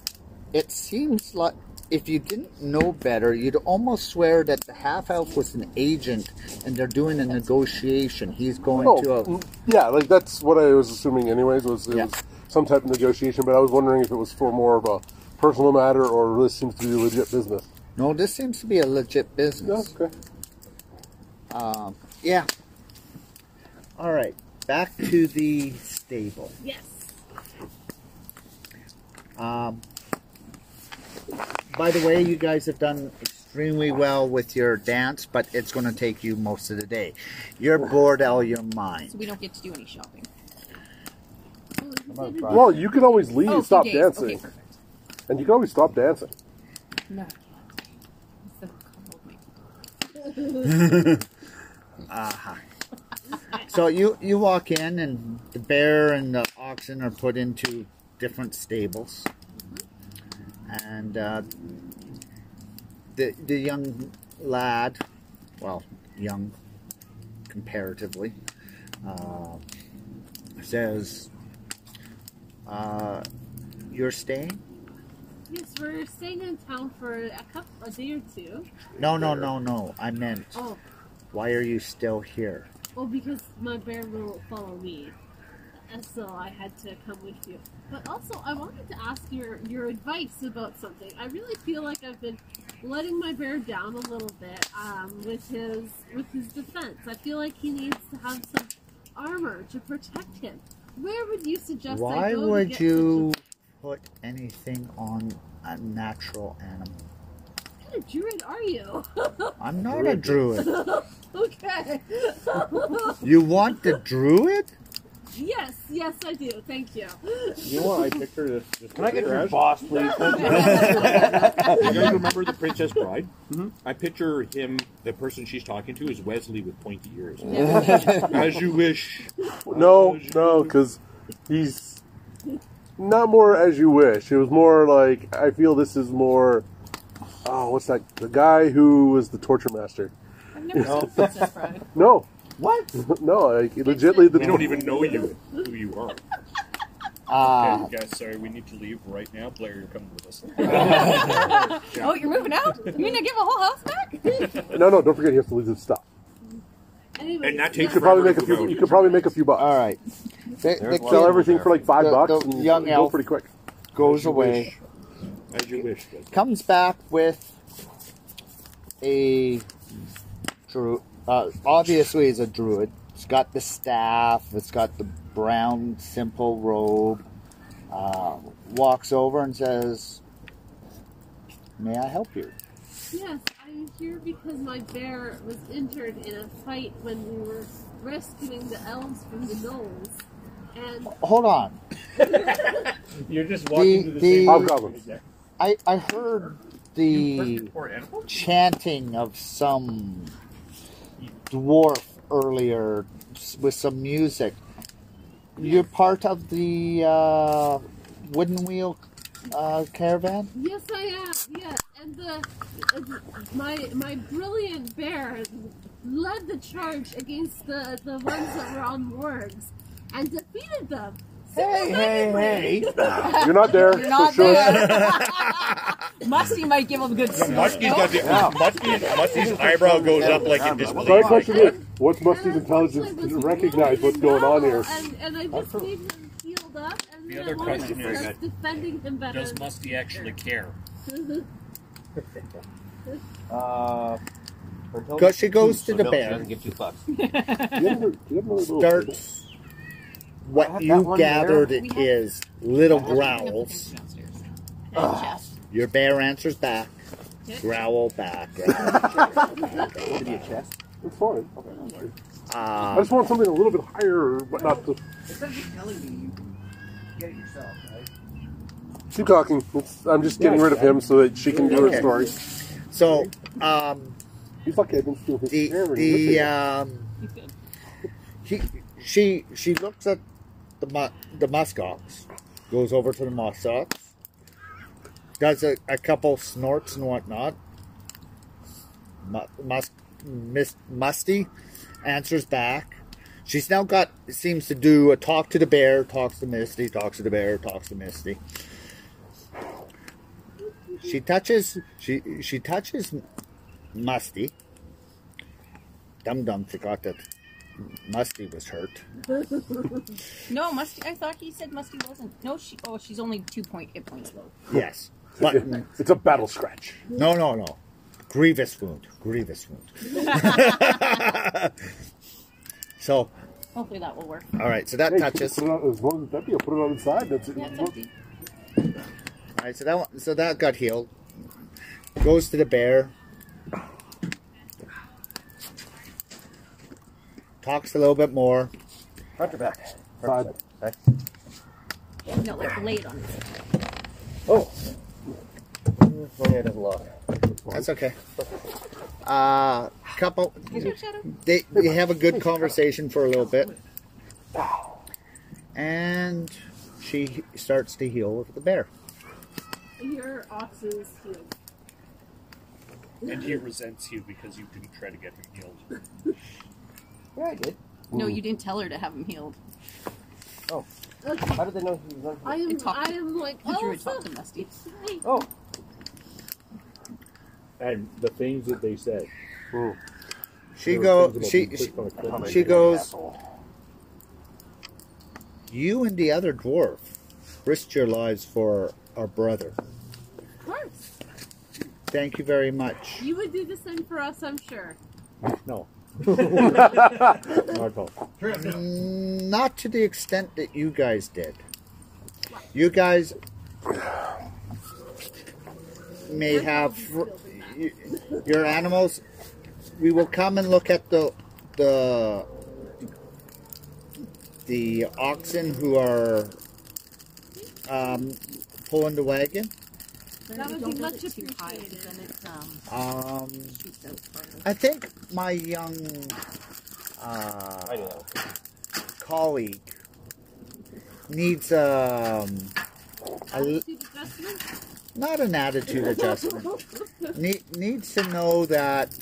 B: It seems like if you didn't know better, you'd almost swear that the half elf was an agent and they're doing a negotiation. He's going to a.
D: mm, yeah, like that's what I was assuming, anyways. Was it
B: Yeah.
D: was some type of negotiation, but I was wondering if it was for more of a personal matter or this seems to be legit business.
B: No, this seems to be a legit
D: Yeah,
B: business.
D: okay.
B: Um, yeah. All right. Back to the stable.
E: Yes.
B: Um, by the way, you guys have done extremely well with your dance, but it's going to take you most of the day. You're bored out of your mind.
G: So we don't get to do any shopping.
D: Well, you can always leave,
G: oh,
D: stop
G: two days.
D: dancing,
G: Okay, perfect.
D: and you can always stop dancing.
G: No, I can't. It's the color of my-
B: So you you walk in, and the bear and the oxen are put into different stables, and uh, the the young lad, well, young comparatively, uh, says, uh, "You're staying."
E: Yes, we're staying in town for a couple, a day or two.
B: No, no, no, no. I meant,
E: Oh,
B: why are you still here?
E: well, because my bear will follow me, and so I had to come with you. But also, I wanted to ask your your advice about something. I really feel like I've been letting my bear down a little bit um, with his with his defense. I feel like he needs to have some armor to protect him. Where would you suggest? I
B: Why
E: go to
B: would
E: get such a-
B: you put anything on a natural animal?
E: What kind of druid are you?
B: I'm not a druid.
E: okay.
B: You want the druid?
E: yes, yes, I do. Thank you.
C: You know what? I picture this. this
I: Can I get your
C: picture
I: boss, please?
C: as- You guys remember the Princess Bride?
I: Mm-hmm.
C: I picture him. The person she's talking to is Wesley with pointy ears. as you wish.
D: No, no, because he's not more as you wish. It was more like I feel this is more. Oh, what's that? The guy who was the torture master.
G: I've never seen Princess Bride.
D: No,
B: What?
D: no, like legitly the.
C: We don't even know you. Who you are?
B: Uh,
H: Okay, guys, sorry, we need to leave right now. Blair, you're coming with us.
G: Oh, you're moving out? You mean I give a whole house back?
D: No, no, don't forget he has to leave his stuff.
E: Anyway,
C: And that
D: You
C: takes
D: could probably make a few. You could probably make a few bucks.
I: All right.
B: the,
I: There's
B: the
I: one.
D: Sell
I: Well,
B: kid
D: everything for like five
B: the-
D: bucks.
B: the
D: and
B: young
D: go
B: elf-
D: pretty quick.
I: Goes
C: you
I: away.
C: As you wish. Wesley.
B: comes back with a druid. Uh, obviously, is a druid. It's got the staff. It's got the brown simple robe. Uh, walks over and says, "May I help you?"
E: Yes, I'm here because my bear was injured in a fight when we were rescuing the elves from the gnolls. And
B: Hold on.
F: You're just
B: walking The- through the the- same-
D: Hobgoblins.
B: I, I heard the chanting of some dwarf earlier s- with some music. You're part of the uh, wooden wheel uh, caravan?
E: yes, I am. Yes, and the and my my brilliant bear led the charge against the the ones that were on wargs and defeated them.
B: Hey, hey, hey.
D: You're not there.
G: You're
D: so
G: not
D: sure.
G: there. Musty might give him a good smack.
F: Muskie's got the Muskie's, Muskie's eyebrow goes up like in
D: So
F: disbelief.
D: my question is, what's Musty's
E: And unfortunately,
D: intelligence
E: was
D: to recognize what's going on here?
E: And, and I just need him healed up, and
H: The
E: then I
H: other
E: wanted
H: question
E: to
H: is-
E: start defending him better.
H: Does Musty actually care?
I: Uh, Bertel-
B: Go- she goes
I: So
B: to the
I: no,
B: bear.
I: She doesn't give two fucks.
D: Do you have another- do you have another little-
B: Starts
I: I have
B: what
I: that
B: you
I: one
B: gathered
G: there.
B: it
G: We have-
B: is little
G: Growls.
B: growls. Your bear answers back. Growl back. growl.
I: Give you a chest.
D: It's fine. I
B: Uh,
D: just want something a little bit higher, but not the
I: Essentially telling me you can get it yourself, right?
D: Keep talking. It's, I'm just getting rid of him so that she can do her
B: Okay.
D: story.
B: so, um,
D: He's lucky I didn't steal his
B: the
D: hair. and
B: the
D: everything.
B: um, he she she looks at the mu- the muskox, goes over to the muskox, does a, a couple snorts and whatnot. Mu- Musk, mis, musty answers back. She's now got seems to do a talk to the bear, talks to Misty, talks to the bear, talks to Misty. She touches she she touches Musty. Dum Dum forgot that Musty was hurt.
G: No, Musty. I thought he said Musty wasn't. No, she. Oh, she's only two point hit points low.
B: Yes. But
D: It's a battle scratch.
B: no no no. Grievous wound. Grievous wound. so
G: Hopefully that will work.
B: alright, so that
D: Hey,
B: touches.
D: Put it on, as long as that be, I'll put it on the side. That's it.
G: Yeah, it's empty.
B: All right, so that one, so that got healed. Goes to the bear. Talks a little bit more.
I: Front or back?
D: Side.
I: Back.
G: No, like late on it.
I: Oh. Funny, I doesn't lock.
B: That's okay. Uh, couple.
G: Is your shadow?
B: They they have a good conversation for a little bit, and she starts to heal with the bear.
E: Your ox is healed.
H: And he resents you because you didn't try to get him healed.
I: Yeah, I did.
G: No, you didn't tell her to have him healed.
E: Okay.
I: How did they know he was on?
E: I am.
G: talk
E: I
G: to-
E: am like.
G: You
E: Oh,
G: drew talk to Musty.
E: hey,
I: Oh.
F: And the things that they said.
B: She
F: There were
B: go
F: things about
B: she
F: being
B: she,
F: pushed on a cliff.
B: she goes. You and the other dwarf risked your lives for our brother.
E: of course.
B: Thank you very much.
E: You would do the same for us, I'm sure.
F: No. Not at all.
B: Not to the extent that you guys did. You guys may have y- your animals. We will come and look at the the the oxen who are um, pulling the wagon.
E: That would be much appreciated.
G: Then it's um
B: Um,
G: shoots out farther.
B: I think my young uh,
I: I knew that one.
B: colleague needs um, a, l-
E: Attitude adjustment?
B: not an attitude adjustment. Ne- needs to know that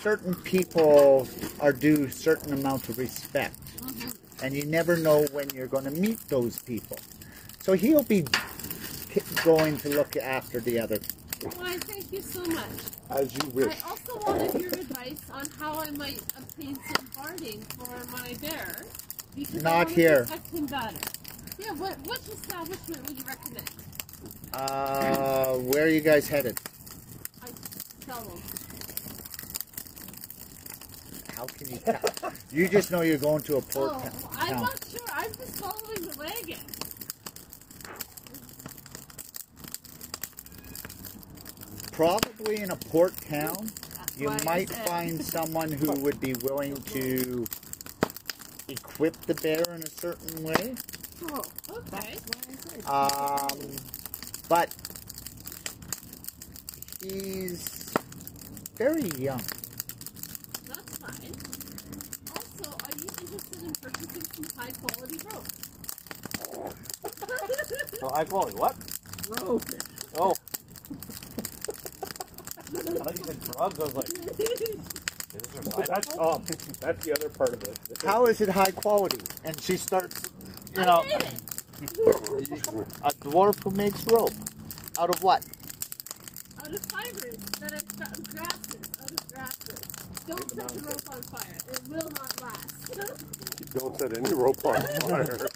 B: certain people are due certain amount of respect, and you never know when you're going to meet those people. So he'll be k- going to look after the other.
E: Why, thank you so much.
D: As you
E: I
D: wish.
E: also wanted your advice on how I might obtain some barding for my bear. Because I
B: Not
E: want to
B: here.
E: protect him better. Yeah, what, which establishment would you recommend?
B: Uh, where are you guys headed?
E: I tell them.
B: How can you tell? you just know you're going to a port
E: Oh,
B: town.
E: I'm
B: town.
E: not sure. I'm just following the wagon.
B: Probably in a port town,
E: That's
B: you
E: why I
B: might
E: said-
B: find someone who would be willing to equip the bear in a certain way.
E: Oh, okay.
B: Um, but he's very young.
E: That's fine. Also, are you interested in purchasing some high quality rope?
I: So high quality. Oh, What?
E: rope.
I: Oh. I thought you said drugs. I was like, is this a side?
F: That's um, that's the other part of it.
B: How is it high quality? And she starts, you know,
E: I did it.
B: a dwarf who makes rope. Out of what?
E: Out of fibers that I've got grasses. Out of grasses. Don't set the rope on fire. It will not last.
D: You don't set any rope on fire.
H: What are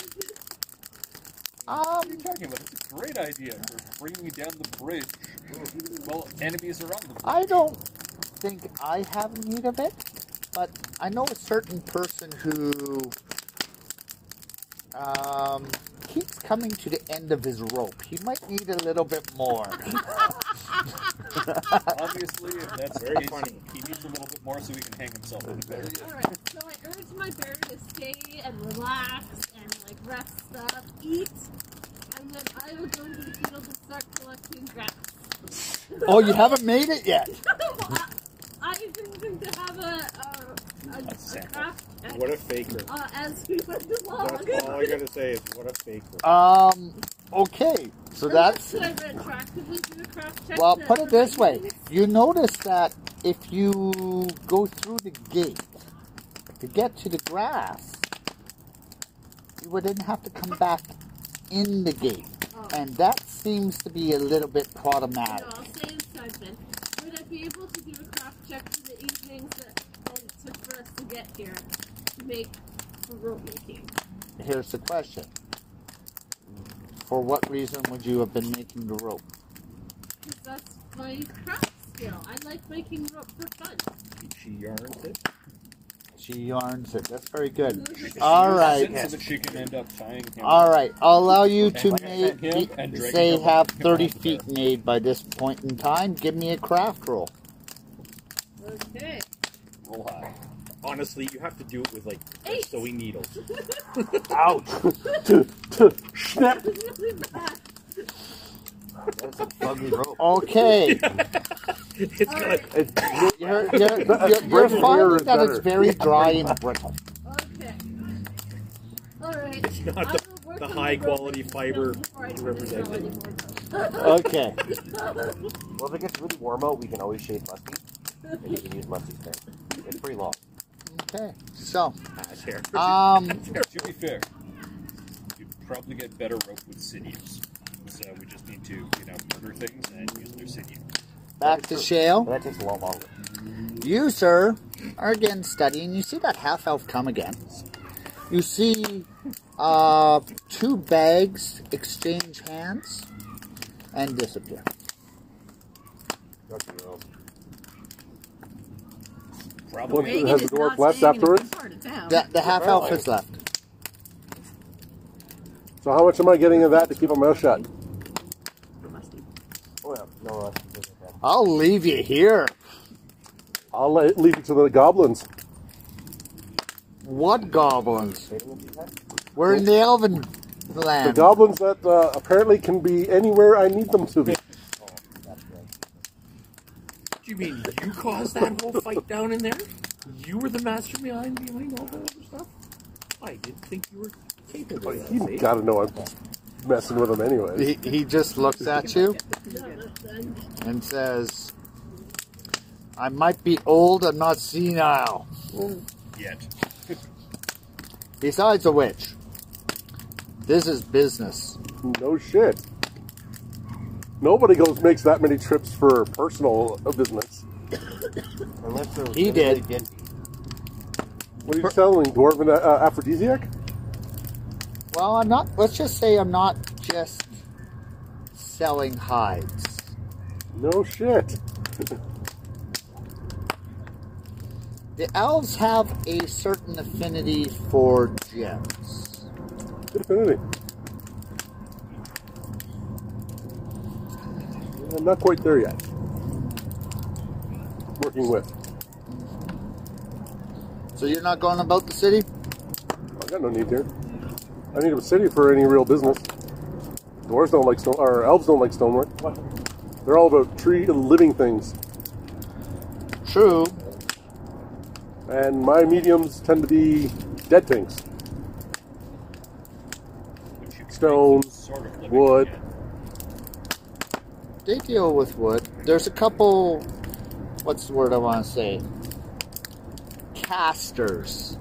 E: Um,
H: you talking about? It's a great idea for bringing down the bridge while enemies are on the bridge.
B: I don't think I have need of it, but I know a certain person who um, keeps coming to the end of his rope. He might need a little bit more.
H: Obviously, if that's the
F: Very
H: case,
F: funny.
H: he needs a little bit more so he can hang himself.
E: Alright, so I urge my bear to stay and relax and like rest up, eat, and then I will go into the field and start collecting grass.
B: oh, you haven't made it yet.
E: I didn't think to have a, a, a, a
H: Sample.
E: grass Uh,
F: What a faker.
E: uh, as we went along.
F: That's all I gotta say is what a faker.
B: Um, okay, so that's
E: Should I retroactively do a cross check?
B: well.
E: to
B: Put it this way:
E: everything?
B: you notice that if you go through the gate to get to the grass, you wouldn't have to come back in the gate,
E: Oh.
B: and that seems to be a little bit
E: No,
B: problematic.
E: I'll stay inside then. Would I be able to do a cross check for the evenings that that it took for us to get here to make for rope making?
B: Here's the question: For what reason would you have been making the rope?
E: Because that's my craft skill. I like making rope for fun.
F: She yarns it.
B: She yarns it. That's very good.
E: Those are-
B: All right.
H: So that she can end up tying him.
B: All right, I'll allow you to
H: Like I said, him
B: make
H: and Draco
B: say
H: come
B: have
H: up- come
B: thirty
H: up with
B: feet
H: it.
B: made by this point in time. Give me a craft roll.
E: Okay.
H: Roll high.
F: Honestly, you have to do it with like
E: Eight.
F: sewing needles.
E: That was really bad.
I: That's a buggy rope.
B: Okay,
F: It's
E: All
F: gonna
E: right.
B: you're, you're, you're, you're
D: Brittle hair
B: finding
D: is
B: that it's
D: better.
B: very dry and brittle.
E: Okay. All right.
F: not
E: I
F: the-
E: will work
F: the
E: on
F: high
E: rope
F: quality
E: making
F: fiber
E: stuff before I
F: to
E: do this
F: represent
E: now
F: it.
E: anymore, though.
B: Okay,
I: Well, if it gets really warm out, we can always shave Musty, and you can use Musty's hair. It's pretty long.
B: okay. So,
F: pass here.
B: um,
H: To be fair, you probably get better rope with sinews. So we just need to, you know, murder things and use their sinews.
B: back to Shale.
I: But that takes a lot longer.
B: You, sir, are again studying. You see that half elf come again. You see uh, two bags exchange hands and disappear.
D: Once
H: Probably
D: it
G: Megan
D: has a
G: is
D: dwarf
G: not
D: left
G: staying in
D: afterwards.
G: this part of town.
B: The, the half elf is left.
D: So how much am I getting of that to keep my mouth shut?
I: Oh, yeah. No, uh, it doesn't matter.
B: I'll leave you here.
D: I'll let, leave it to the goblins.
B: What goblins?
I: Saving it these times?
B: We're in the elven
D: The
B: land.
D: goblins that uh, apparently can be anywhere I need them to be.
F: You mean you caused that whole fight down in there? You were the mastermind behind all that other stuff? I didn't think you were capable of that.
D: You
F: see?
D: gotta know I'm messing with them anyway.
B: he, he just looks at you and says, I might be old, I'm not senile.
H: yet.
B: Besides the which, this is business.
D: No shit. Nobody goes makes that many trips for personal business.
I: Unless they're
B: He
I: really
B: did.
I: dingy.
D: What are you selling, dwarven uh, aphrodisiac?
B: Well, I'm not, let's just say I'm not just selling hides.
D: No shit.
B: The elves have a certain affinity for gems.
D: Good affinity. I'm not quite there yet. Working with.
B: So you're not going about the city?
D: I got no need here. I need a city for any real business. Dwarves don't like stone, or elves don't like stonework. They're all about tree and living things.
B: True.
D: And my mediums tend to be dead things.
H: Which you can
D: Stone,
H: make some sort of living
D: wood.
H: again.
B: They deal with wood. There's a couple. What's the word I want to say? Casters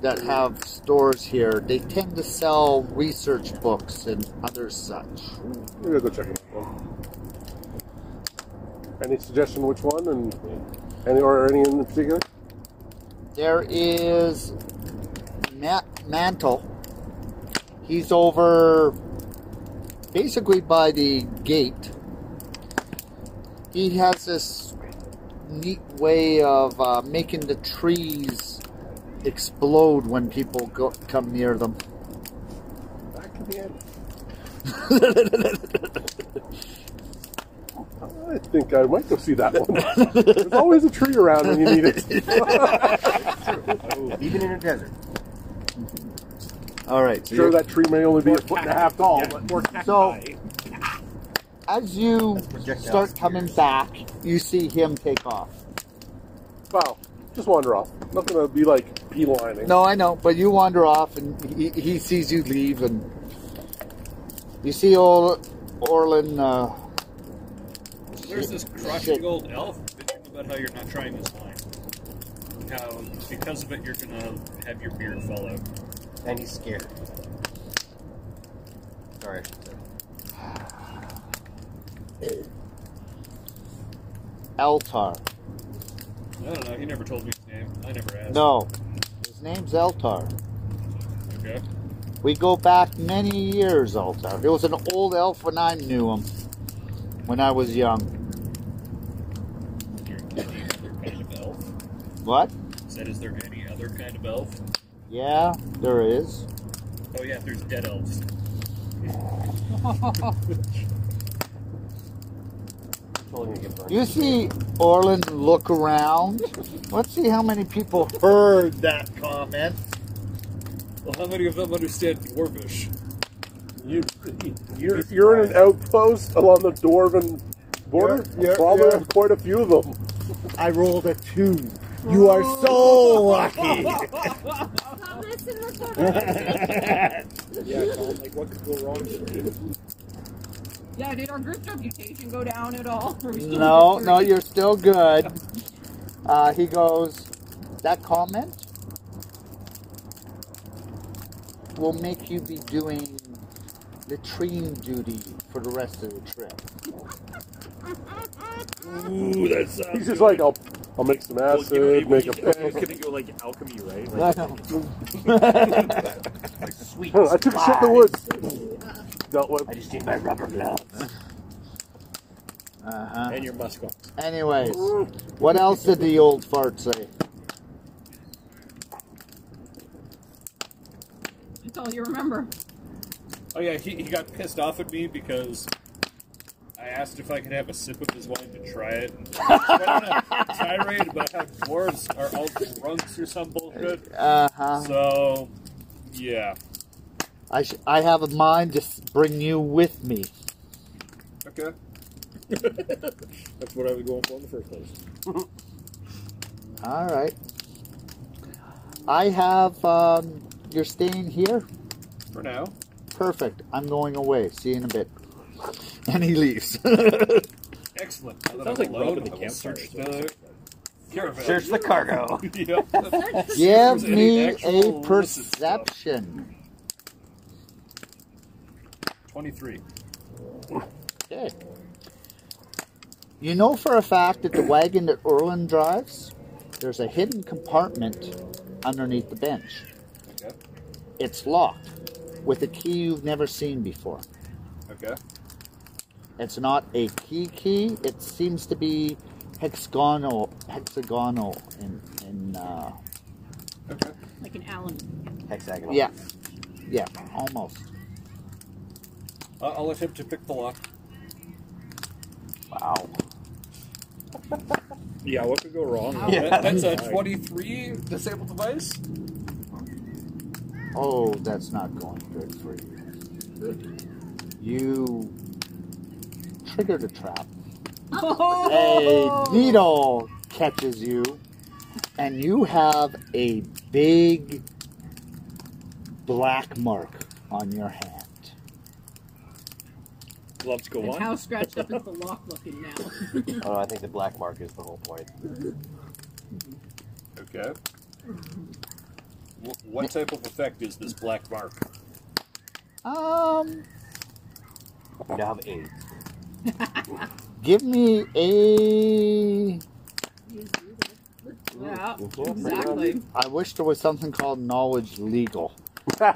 B: that have stores here. They tend to sell research books and other such.
D: Maybe I'll go check it out. Any suggestion which one and any or any in particular?
B: There is Matt Mantle. He's over basically by the gate. He has this neat way of uh, making the trees explode when people go, come near them.
D: That could be it. I think I might go see that one. There's always a tree around when you need it.
I: Even in a desert.
B: All right. So,
D: Sure,
B: you're-
D: that tree may only be a foot and a half tall, but
F: Or cacti.
B: So- as you
I: projectiles.
B: start coming back, you see him take off.
D: wow, just wander off. Not gonna be like beelining.
B: No, I know, but you wander off, and he, he sees you leave, and you see old Orlin. Uh,
H: There's this
B: Shit.
H: crotchety old elf bitching about how you're not trying this line. How because of it you're gonna have your beard fall out.
I: And he's scared. Sorry, I should say.
B: Eltar.
H: I don't know. He never told me his name. I never asked.
B: No, his name's Eltar.
H: Okay.
B: We go back many years, Altar. He was an old elf when I knew him, when I was young.
H: You're any other kind of elf.
B: What?
H: Said, is there any other kind of elf?
B: Yeah, there is.
H: Oh yeah, there's dead elves.
I: Totally gonna get burned.
B: You see Orlin look around. Let's see how many people heard that comment.
H: Well, how many of them understand dwarvish?
D: You, you're, you're in an outpost along the dwarven border.
B: Yeah, yeah,
D: Probably
B: yeah.
D: have quite a few of them.
B: I rolled a two. You are so lucky.
E: Thomas and look what I
C: Yeah, Colin, like what could go wrong? here?
G: Yeah, did our group reputation go down at all? Or we still
B: No,
G: just-
B: no, you're still good. Uh, he goes, that comment will make you be doing latrine duty for the rest of the trip.
F: Ooh, that sounds.
D: He's just like, I'll, I'll make some
F: Well, you know,
D: acid,
F: it was-
D: make a
F: it was gonna go like alchemy, right? Like,
I: Sweet.
D: I took a shot in the woods. Dealt with.
I: I just need my rubber gloves.
B: Uh-huh.
F: and your musk ox.
B: Anyways, what else did the old fart say?
G: That's all you remember.
H: Oh yeah, he, he got pissed off at me because I asked if I could have a sip of his wine to try it. And went on a tirade about how dwarves are all drunks or some bullshit.
B: Uh-huh.
H: So, yeah.
B: I, sh- I have a mind to s- bring you with me.
H: Okay.
F: That's what I was going for in the first place.
B: All right. I have, um, you're staying here?
H: For now.
B: Perfect. I'm going away. See you in a bit. And he leaves.
H: Excellent.
F: Sounds like robbing the
H: I will
F: campfire
H: search uh,
F: or something.
H: the caravan.
I: Search the cargo.
H: yeah.
B: Give
H: There's any
B: me a
H: actual illicit stuff.
B: perception.
H: 23.
B: Okay. You know for a fact that the wagon that Orlin drives, there's a hidden compartment underneath the bench.
H: Okay.
B: It's locked with a key you've never seen before.
H: Okay.
B: It's not a key key. It seems to be hexagonal, hexagonal in in uh,
H: Okay.
G: Like an Allen.
I: Hexagonal.
B: yeah, yeah, almost.
H: Uh, I'll attempt to pick the lock.
I: Wow.
F: Yeah, what could go wrong?
H: That- that's a 23 disabled device.
B: Oh, that's not going good for you. You triggered a trap. A needle catches you, and you have a big black mark on your hand.
F: Gloves go
G: And
F: on.
G: how scratched up is the lock looking now?
I: Oh, no, I think the black mark is the whole point.
H: Okay. Wh- What type of effect is this black mark?
B: Um,
I: You now have AIDS.
B: give me a.
G: yeah, exactly.
B: I wish there was something called knowledge legal. Um,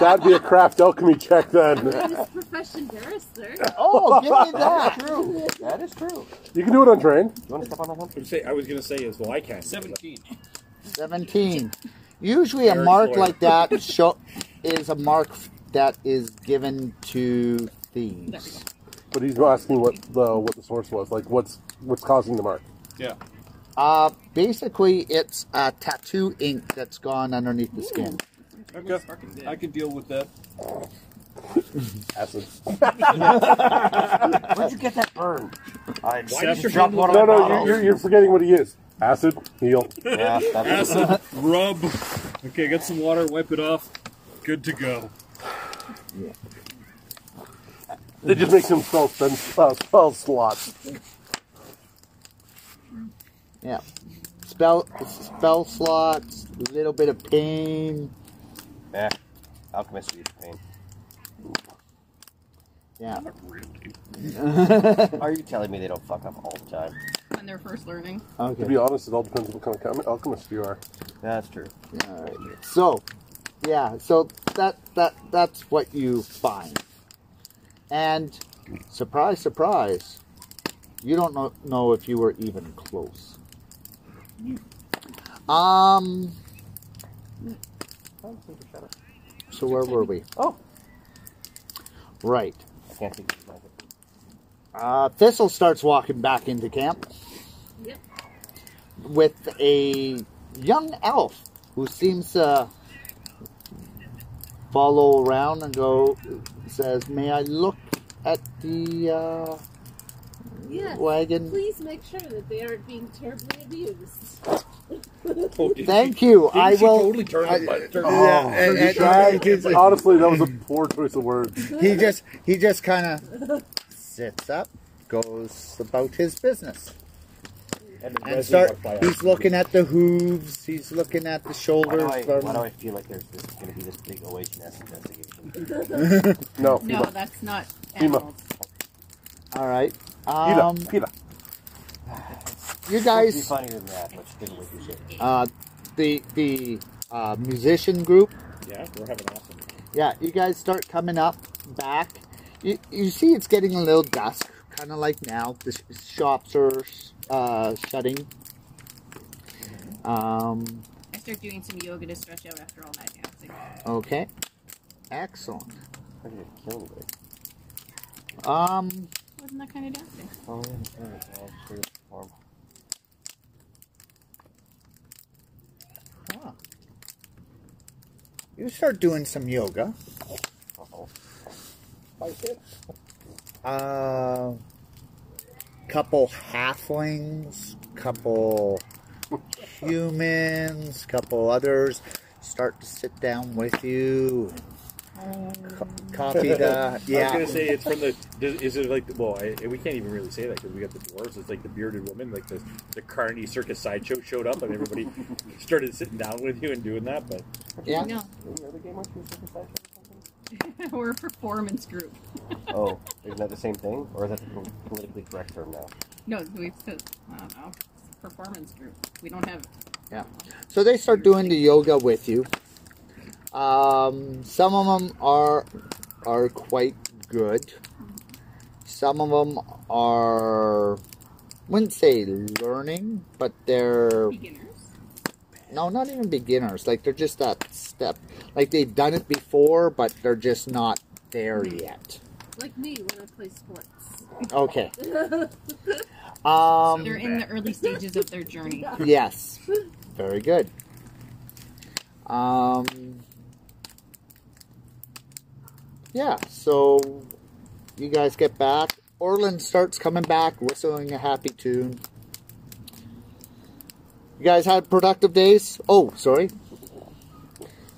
D: That'd be a craft alchemy check then.
E: was profession barrister.
B: Oh, give me that.
I: True. That is true. You
D: You can do it on train.
I: want to step on that one?
F: I was gonna say- I was gonna say as well. I can't.
H: 17.
B: 17. Usually, a
F: Eric's
B: mark
F: lawyer.
B: like that show, is a mark that is given to
G: There we
B: thieves.
G: go.
D: But he's asking what the what the source was. Like what's what's causing the mark.
H: Yeah.
B: Uh, basically, it's a tattoo ink that's gone underneath the skin.
H: Okay. I can deal with that.
D: Acid.
I: Where'd you get that burn? I
F: Why did you
I: dropped
F: do
I: one
D: No,
I: on the
D: no, you're,
I: bottle.
D: you're, you're forgetting what he is. Acid, heal.
I: Yeah, that's
H: Acid, rub. Okay, get some water, wipe it off. Good to go.
D: They just make themselves spend uh, spell slots.
B: Yeah. Spell spell slots, little bit of pain.
I: yeah. Alchemist use pain.
B: Yeah.
I: Are you telling me they don't fuck up all the time?
G: when they're first learning.
D: To
B: Okay.
D: be honest, it all depends on what kind of alchemi- alchemist you are.
I: That's true.
B: So, yeah. So that that that's what you find. And surprise, surprise, you don't know, know if you were even close. Um. So where were we?
I: Oh.
B: Right.
I: I can't think of anything.
B: Uh, Thistle starts walking back into camp
E: Yep.
B: with a young elf who seems to follow around and go says, "May I look at the uh,
E: Yes.
B: wagon?"
E: Please make sure that they aren't being terribly abused.
C: Oh, did
B: Thank you. I
C: didn't she
B: will.
C: totally turn
B: I-
C: the button? Turn
B: Oh.
C: the-
J: Yeah, and, and-
D: That- honestly, that was a poor choice of words.
B: he just he just kind of sits up, goes about his business, and start. He's looking at the hooves. He's looking at the
I: Why
B: shoulders.
I: do, I, why do
B: from-
I: I feel like there's this, gonna be this big OHS investigation?
D: No,
G: No,
D: Pila,
G: that's not
D: Ema.
G: animals.
B: All right.
D: Pila,
B: Um,
D: Pila.
B: you
I: It'd be
B: guys.
I: funnier than that, which didn't really do shit.
B: uh, the the uh, musician group.
C: Yeah, we're having awesome.
B: Yeah, you guys start coming up back. You, you see, it's getting a little dusk, kind of like now. The sh- shops are uh, shutting. Um,
G: I start doing some yoga to stretch out after all that dancing.
B: okay, excellent.
I: I didn't kill anybody.
B: Um,
G: Wasn't that kind of dancing?
I: Oh, yeah, yeah, yeah, sure, perform.
B: huh. you start doing some yoga.
I: Uh-oh.
B: Uh, couple halflings, couple humans, couple others start to sit down with you. Co- copy the
C: I was
B: yeah.
C: gonna say it's from the. does- Is it like the- well? I, we can't even really say that because we got the dwarves. It's like the bearded woman, like the the carny circus sideshow showed up and everybody started sitting down with you and doing that. But
B: Yeah.
G: No, we're a performance group.
I: Oh, isn't that the same thing? Or is that the po- politically correct term now?
G: No, we said, I don't know, it's a performance group. We don't have
B: Yeah. So they start doing the yoga with you. Um, some of them are are quite good. Some of them are wouldn't say learning, but they're
G: beginners.
B: no, not even beginners. Like they're just that step. Like they've done it before, but they're just not there yet.
E: Like me when I play sports.
B: Okay. Um.
G: They're in the early stages of their journey.
B: Yes. Very good. Um. Yeah. So you guys get back. Orland starts coming back, whistling a happy tune. You guys had productive days. Oh, sorry.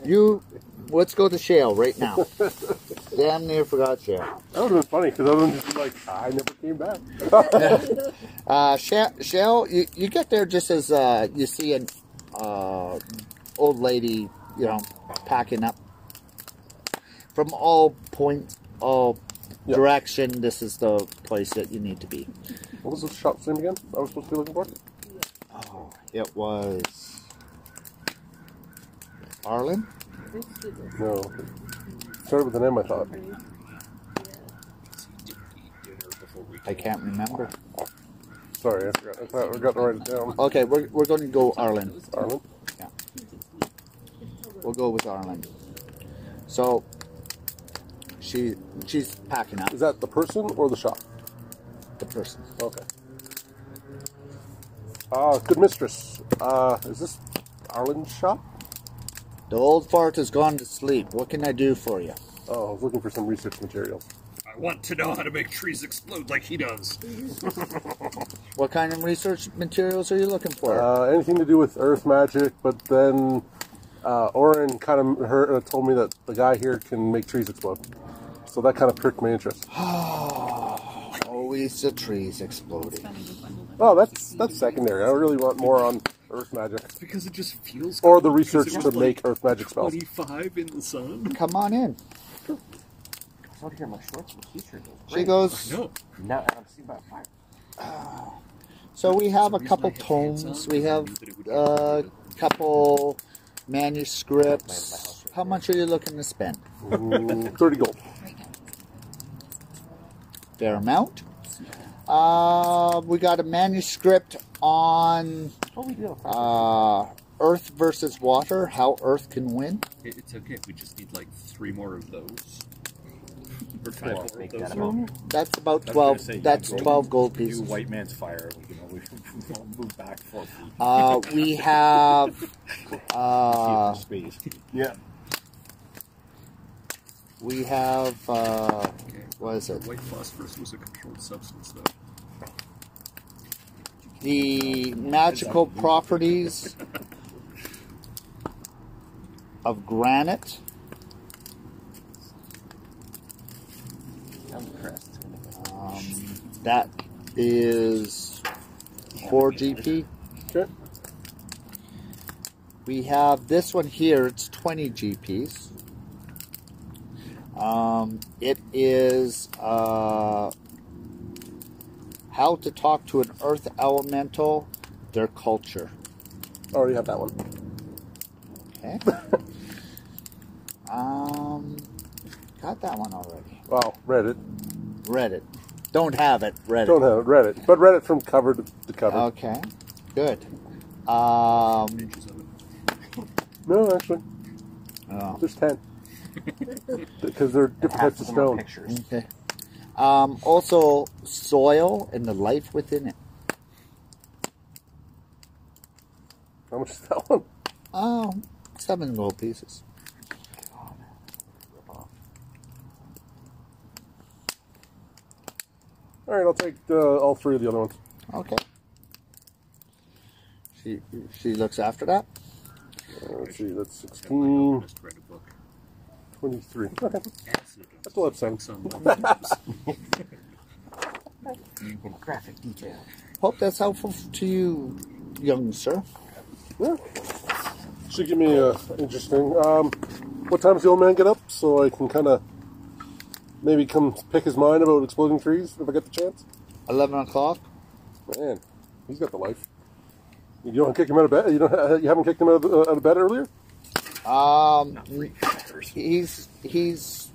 B: You, let's go to Shale right now. Damn near forgot Shale.
D: That would have been funny because I would have just been like, I never came back.
B: Uh, Shale, Shale you, you get there just as uh, you see an uh, old lady, you know, packing up. From all points, all
D: Yeah.
B: direction, this is the place that you need to be.
D: What was the shop's name again? I was supposed to be looking for.
B: Oh, it was. Arlen?
D: No, started with an M. I thought.
B: I can't remember.
D: Sorry, I forgot. I thought we got to write it down.
B: Okay, we're, we're going to go Arlen.
D: Arlen.
B: We'll go with Arlen. So, she she's packing up
D: Is that the person or the shop?
B: the person.
D: Okay. Ah, good mistress. Uh, is this Arlen's shop?
B: The old fart has gone to sleep. What can I do for you?
D: Oh, I was looking for some research materials.
F: I
H: want to know how to make trees explode like he does.
B: What kind of research materials are you looking for?
D: Uh, anything to do with earth magic, but then uh, Oren kind of heard, uh, told me that the guy here can make trees explode. So that kind of pricked my interest.
B: Always the trees exploding.
D: Oh, that's that's secondary. I really want more on earth magic
H: Because it just feels
D: or
H: good.
D: the research
H: Because it
D: to
H: was
D: make
H: like
D: earth magic spells.
H: 25 in the sun.
B: Come on in.
I: It's out here in my shorts and t-shirt. It's
B: She
I: great.
B: goes.
H: No.
I: Now I don't see my fire.
B: So we have a couple tomes. We have a couple manuscripts. How much are you looking to spend?
D: Mm, Thirty gold.
B: Fair amount. Uh, we got a manuscript on uh, Earth versus Water. How Earth can win.
F: it's okay. We just need like three more of those. Or five
I: Well,
F: more
I: make
F: of
I: that
F: those.
I: amount.
B: That's about
C: I was gonna
B: twelve.
C: say, yeah,
B: that's
C: gold.
B: twelve gold
C: Do
B: pieces.
C: white man's fire. We can always move back four feet.
B: Uh, we have. Uh,
C: space.
I: Yeah.
B: we have. Uh, what is it?
H: White phosphorus was a controlled substance, though.
B: the magical properties of granite.
I: I'm pressed.
B: Um, that is 4 GP.
D: Okay.
B: We have this one here, it's 20 GPs. Um, it is uh, how to talk to an earth elemental, their culture.
D: Already have that one.
B: Okay. um, got that one already.
D: Wow, Reddit.
B: Read it. Don't have it. Read
D: Don't have it. Reddit, but Reddit from cover to, to
B: it.
D: cover.
B: Okay. Good. Um,
D: no, actually,
B: oh,
D: there's ten. Because they're different
I: Half
D: types
I: of
D: of
I: them are
D: stone.
I: pictures.
B: okay. Um, also, soil and the life within it.
D: How much is that one?
B: Oh, seven gold pieces.
D: All right, I'll take uh, all three of the other ones.
B: Okay. She she looks after that.
D: Uh, let's see, that's 16, 23. Okay, that's a lot of sense.
I: In graphic detail.
B: Hope that's helpful to you, young sir.
D: Yeah. Should give me a interesting. Um, what time does the old man get up so I can kind of maybe come pick his mind about exploding trees if I get the chance?
B: Eleven o'clock.
D: Man, he's got the life. You don't kick him out of bed. You don't. You haven't kicked him out of, uh, out of bed earlier.
B: Um, he's he's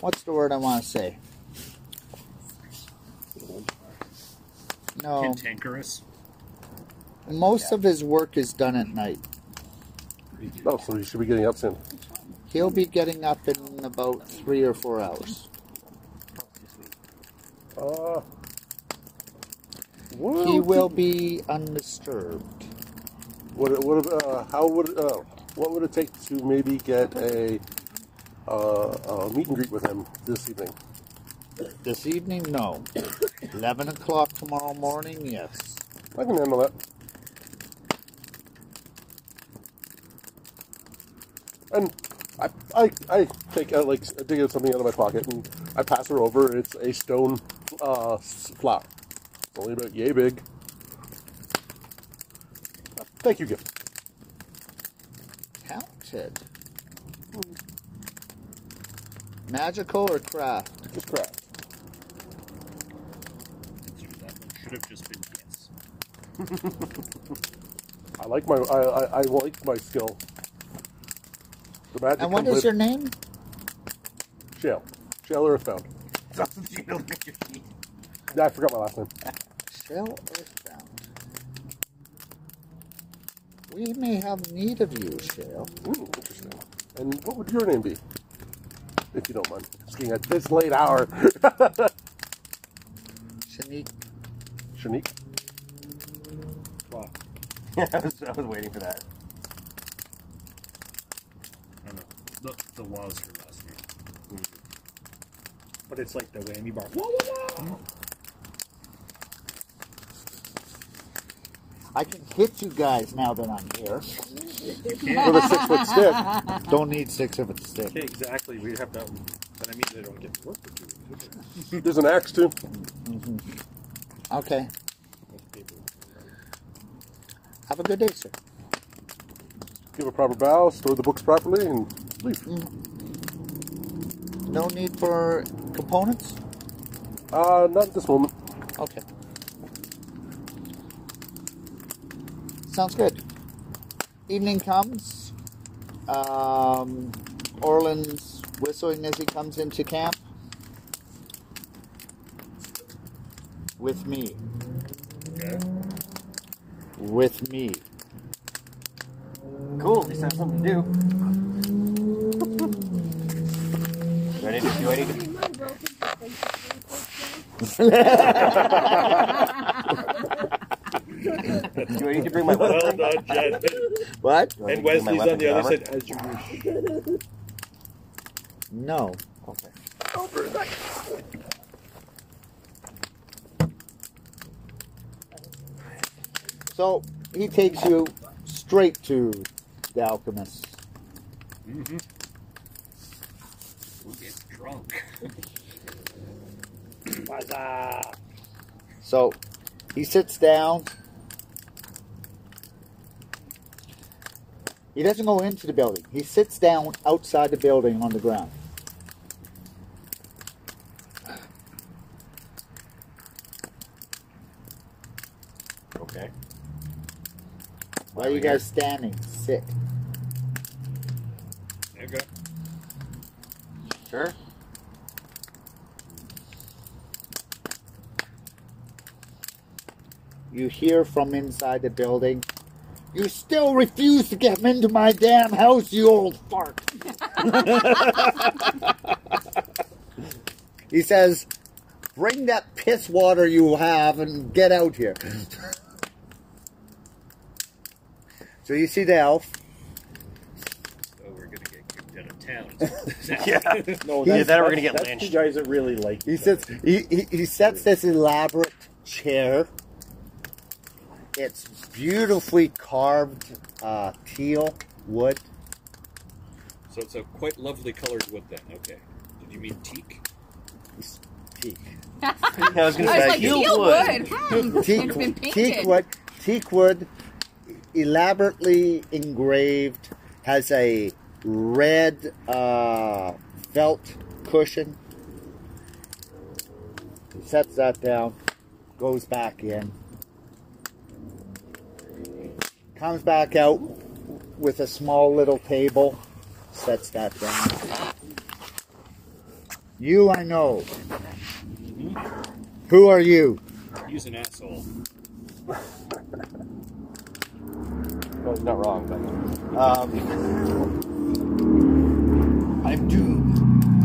B: what's the word I want to say? No,
H: Cantankerous.
B: most of his work is done at night.
D: Oh, so he should be getting up soon.
B: He'll be getting up in about three or four hours.
D: Uh,
B: He
D: what?
B: will be undisturbed.
D: What? What? Uh, how would? Uh, what would it take to maybe get a, uh, a meet and greet with him this evening?
B: This evening, no. Eleven o'clock tomorrow morning, yes.
D: I can handle that. And I, I, I take out like I dig out something out of my pocket and I pass her over. It's a stone uh, s- flower. It's only about yay big. Thank you, gift.
B: Counted. Magical or craft?
D: Just craft.
H: Should have just been yes.
D: I like my I, I, I like my skill. The magic
B: And what
D: comes
B: is your
D: with
B: name?
D: shale? Shale Earthbound. I forgot my last name.
B: Shell Earthbound. We may have need of you, Shell.
D: Ooh, interesting. And what would your name be? If you don't mind asking at this late hour.
B: Shanique.
D: Shanique?
C: Wow.
I: Yeah, I was, I was waiting for that.
H: I don't know. The, the was her last name.
C: but it's like the whammy bar. Whoa, whoa, whoa!
B: I can hit you guys now that I'm here.
D: with a six foot stick.
B: Don't need six of it to stick.
C: Okay, exactly. We have to. But I mean, they don't get to work with you. do they?
D: There's an axe too.
B: Okay.
C: With people.
B: Have a good day, sir.
D: Give a proper bow, store the books properly, and leave.
B: Mm. No need for components?
D: Uh, not at this moment.
B: Okay. Sounds good. Evening comes. Um, Orland's whistling as he comes into camp. With me.
H: Okay.
B: With me.
I: Cool, at least I have something to do. do, I need to, do I need to,
E: My rope is up and it's
I: do I need to bring my
C: Well done, Jen.
B: What?
I: Do I need to bring
C: And Wesley's
I: my
C: on
I: weapons
C: the
I: and
C: other
I: armor?
C: side as you wish.
B: No.
I: Okay.
B: So he takes you straight to the alchemist.
H: Mm-hmm. Who gets drunk?
B: So he sits down. He doesn't go into the building. He sits down outside the building on the ground.
I: Okay.
B: Why are you guys standing? Sit.
H: Okay.
I: Sure.
B: You hear from inside the building. You still refuse to get into my damn house, you old fart. he says, Bring that piss water you have and get out here. so you see the elf.
H: So Oh, we're gonna get kicked out of town.
C: No,
I: Yeah,
C: that's,
I: then we're gonna get
C: that's the
I: lynched.
C: guys that really like.
B: He sits. He, he, he sets this elaborate chair. It's beautifully carved uh, teal wood.
H: so it's a quite lovely colored wood then. Okay. Did you mean teak?
B: Teak.
I: I was
G: I
I: going to
G: was
I: say,
G: like,
I: you
G: teal
I: would.
G: wood. Hmm. It's been
B: Teak, teak
G: painted.
B: wood. Teak wood, elaborately engraved, has a red uh, felt cushion. He sets that down, goes back in, comes back out with a small little table, sets that down. You, I know. Who are you?
H: He's an asshole.
I: Well, it's not wrong, but. Um, I'm Doom.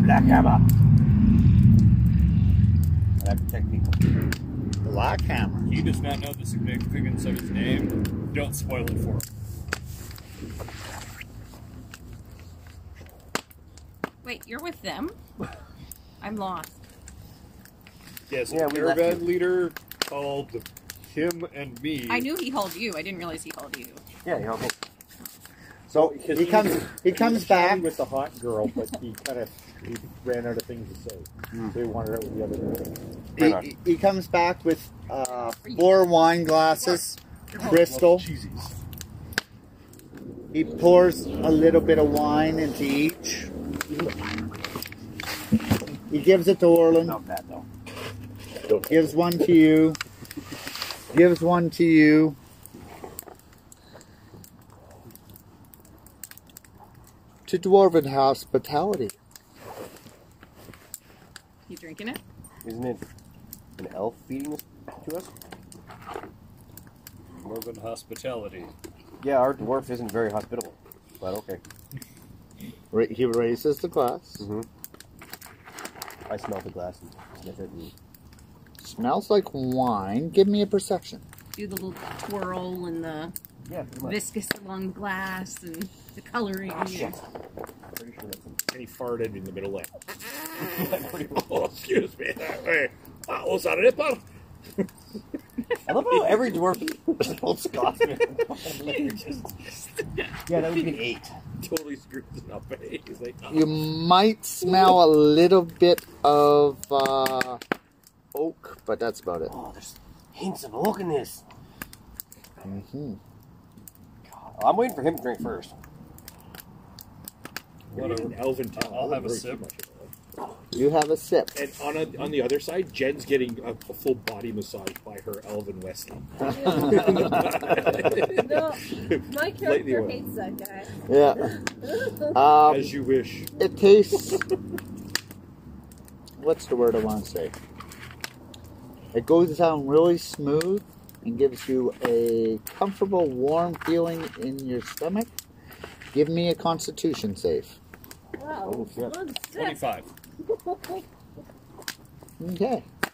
I: Black Hammer. And I protect people.
B: Black Hammer.
H: He does not know the significance of his name. Don't spoil it for him.
G: Wait, you're with them? I'm lost.
H: Yes,
I: Yeah,
H: yeah,
I: we
H: the
I: left
H: caravan leader called him and me.
G: I knew he hauled you. I didn't realize he hauled you.
I: Yeah, you help me.
B: So he comes. He comes back.
C: with the hot girl, but he kind of he ran out of things to say.
F: Hmm.
C: So he wanted out with the other. Girl.
B: He, he- he comes back with uh, four wine glasses,
A: Well,
B: crystal.
A: cheesies.
B: He pours a little bit of wine into each. He gives it to Orland.
I: Not bad, though.
B: Gives one to you. Gives one to you. To dwarven hospitality.
G: You drinking it?
I: Isn't it an elf feeding this to us?
H: Dwarven hospitality.
I: Yeah, our dwarf isn't very hospitable. But okay.
B: Ra- He raises the glass.
I: I smell the glass and sniff it. And
B: Smells like wine. Give me a perception.
G: Do the little twirl and the
B: Yeah, pretty much. Ah,
E: viscous along the glass and the coloring. and-
I: Pretty sure that's
F: And he farted in the middle of oh, excuse me. Hey, that was a ripper.
I: I love how every dwarf is an old Scotsman. yeah, that would be an eight.
F: Totally screws it up. eh? He's like, oh,
B: You might smell a little bit of uh, oak, but that's about it.
I: Oh, there's hints of oak in this. Mm-hmm. God, I'm waiting for him to drink first.
F: what an elven town.
H: I'll have a
F: Very
H: sip.
F: much of it.
B: You have a sip.
F: And on a, on the other side, Jen's getting a, a full body massage by her elven Wesley.
G: no, my
F: Lately,
G: character
F: what?
G: hates that guy.
B: Yeah. Um,
F: As you wish.
B: it tastes. What's the word I want to say? It goes down really smooth and gives you a comfortable, warm feeling in your stomach. Give me a Constitution save.
G: Wow.
I: Oh, shit.
G: One stick.
H: 25.
B: Okay.
F: You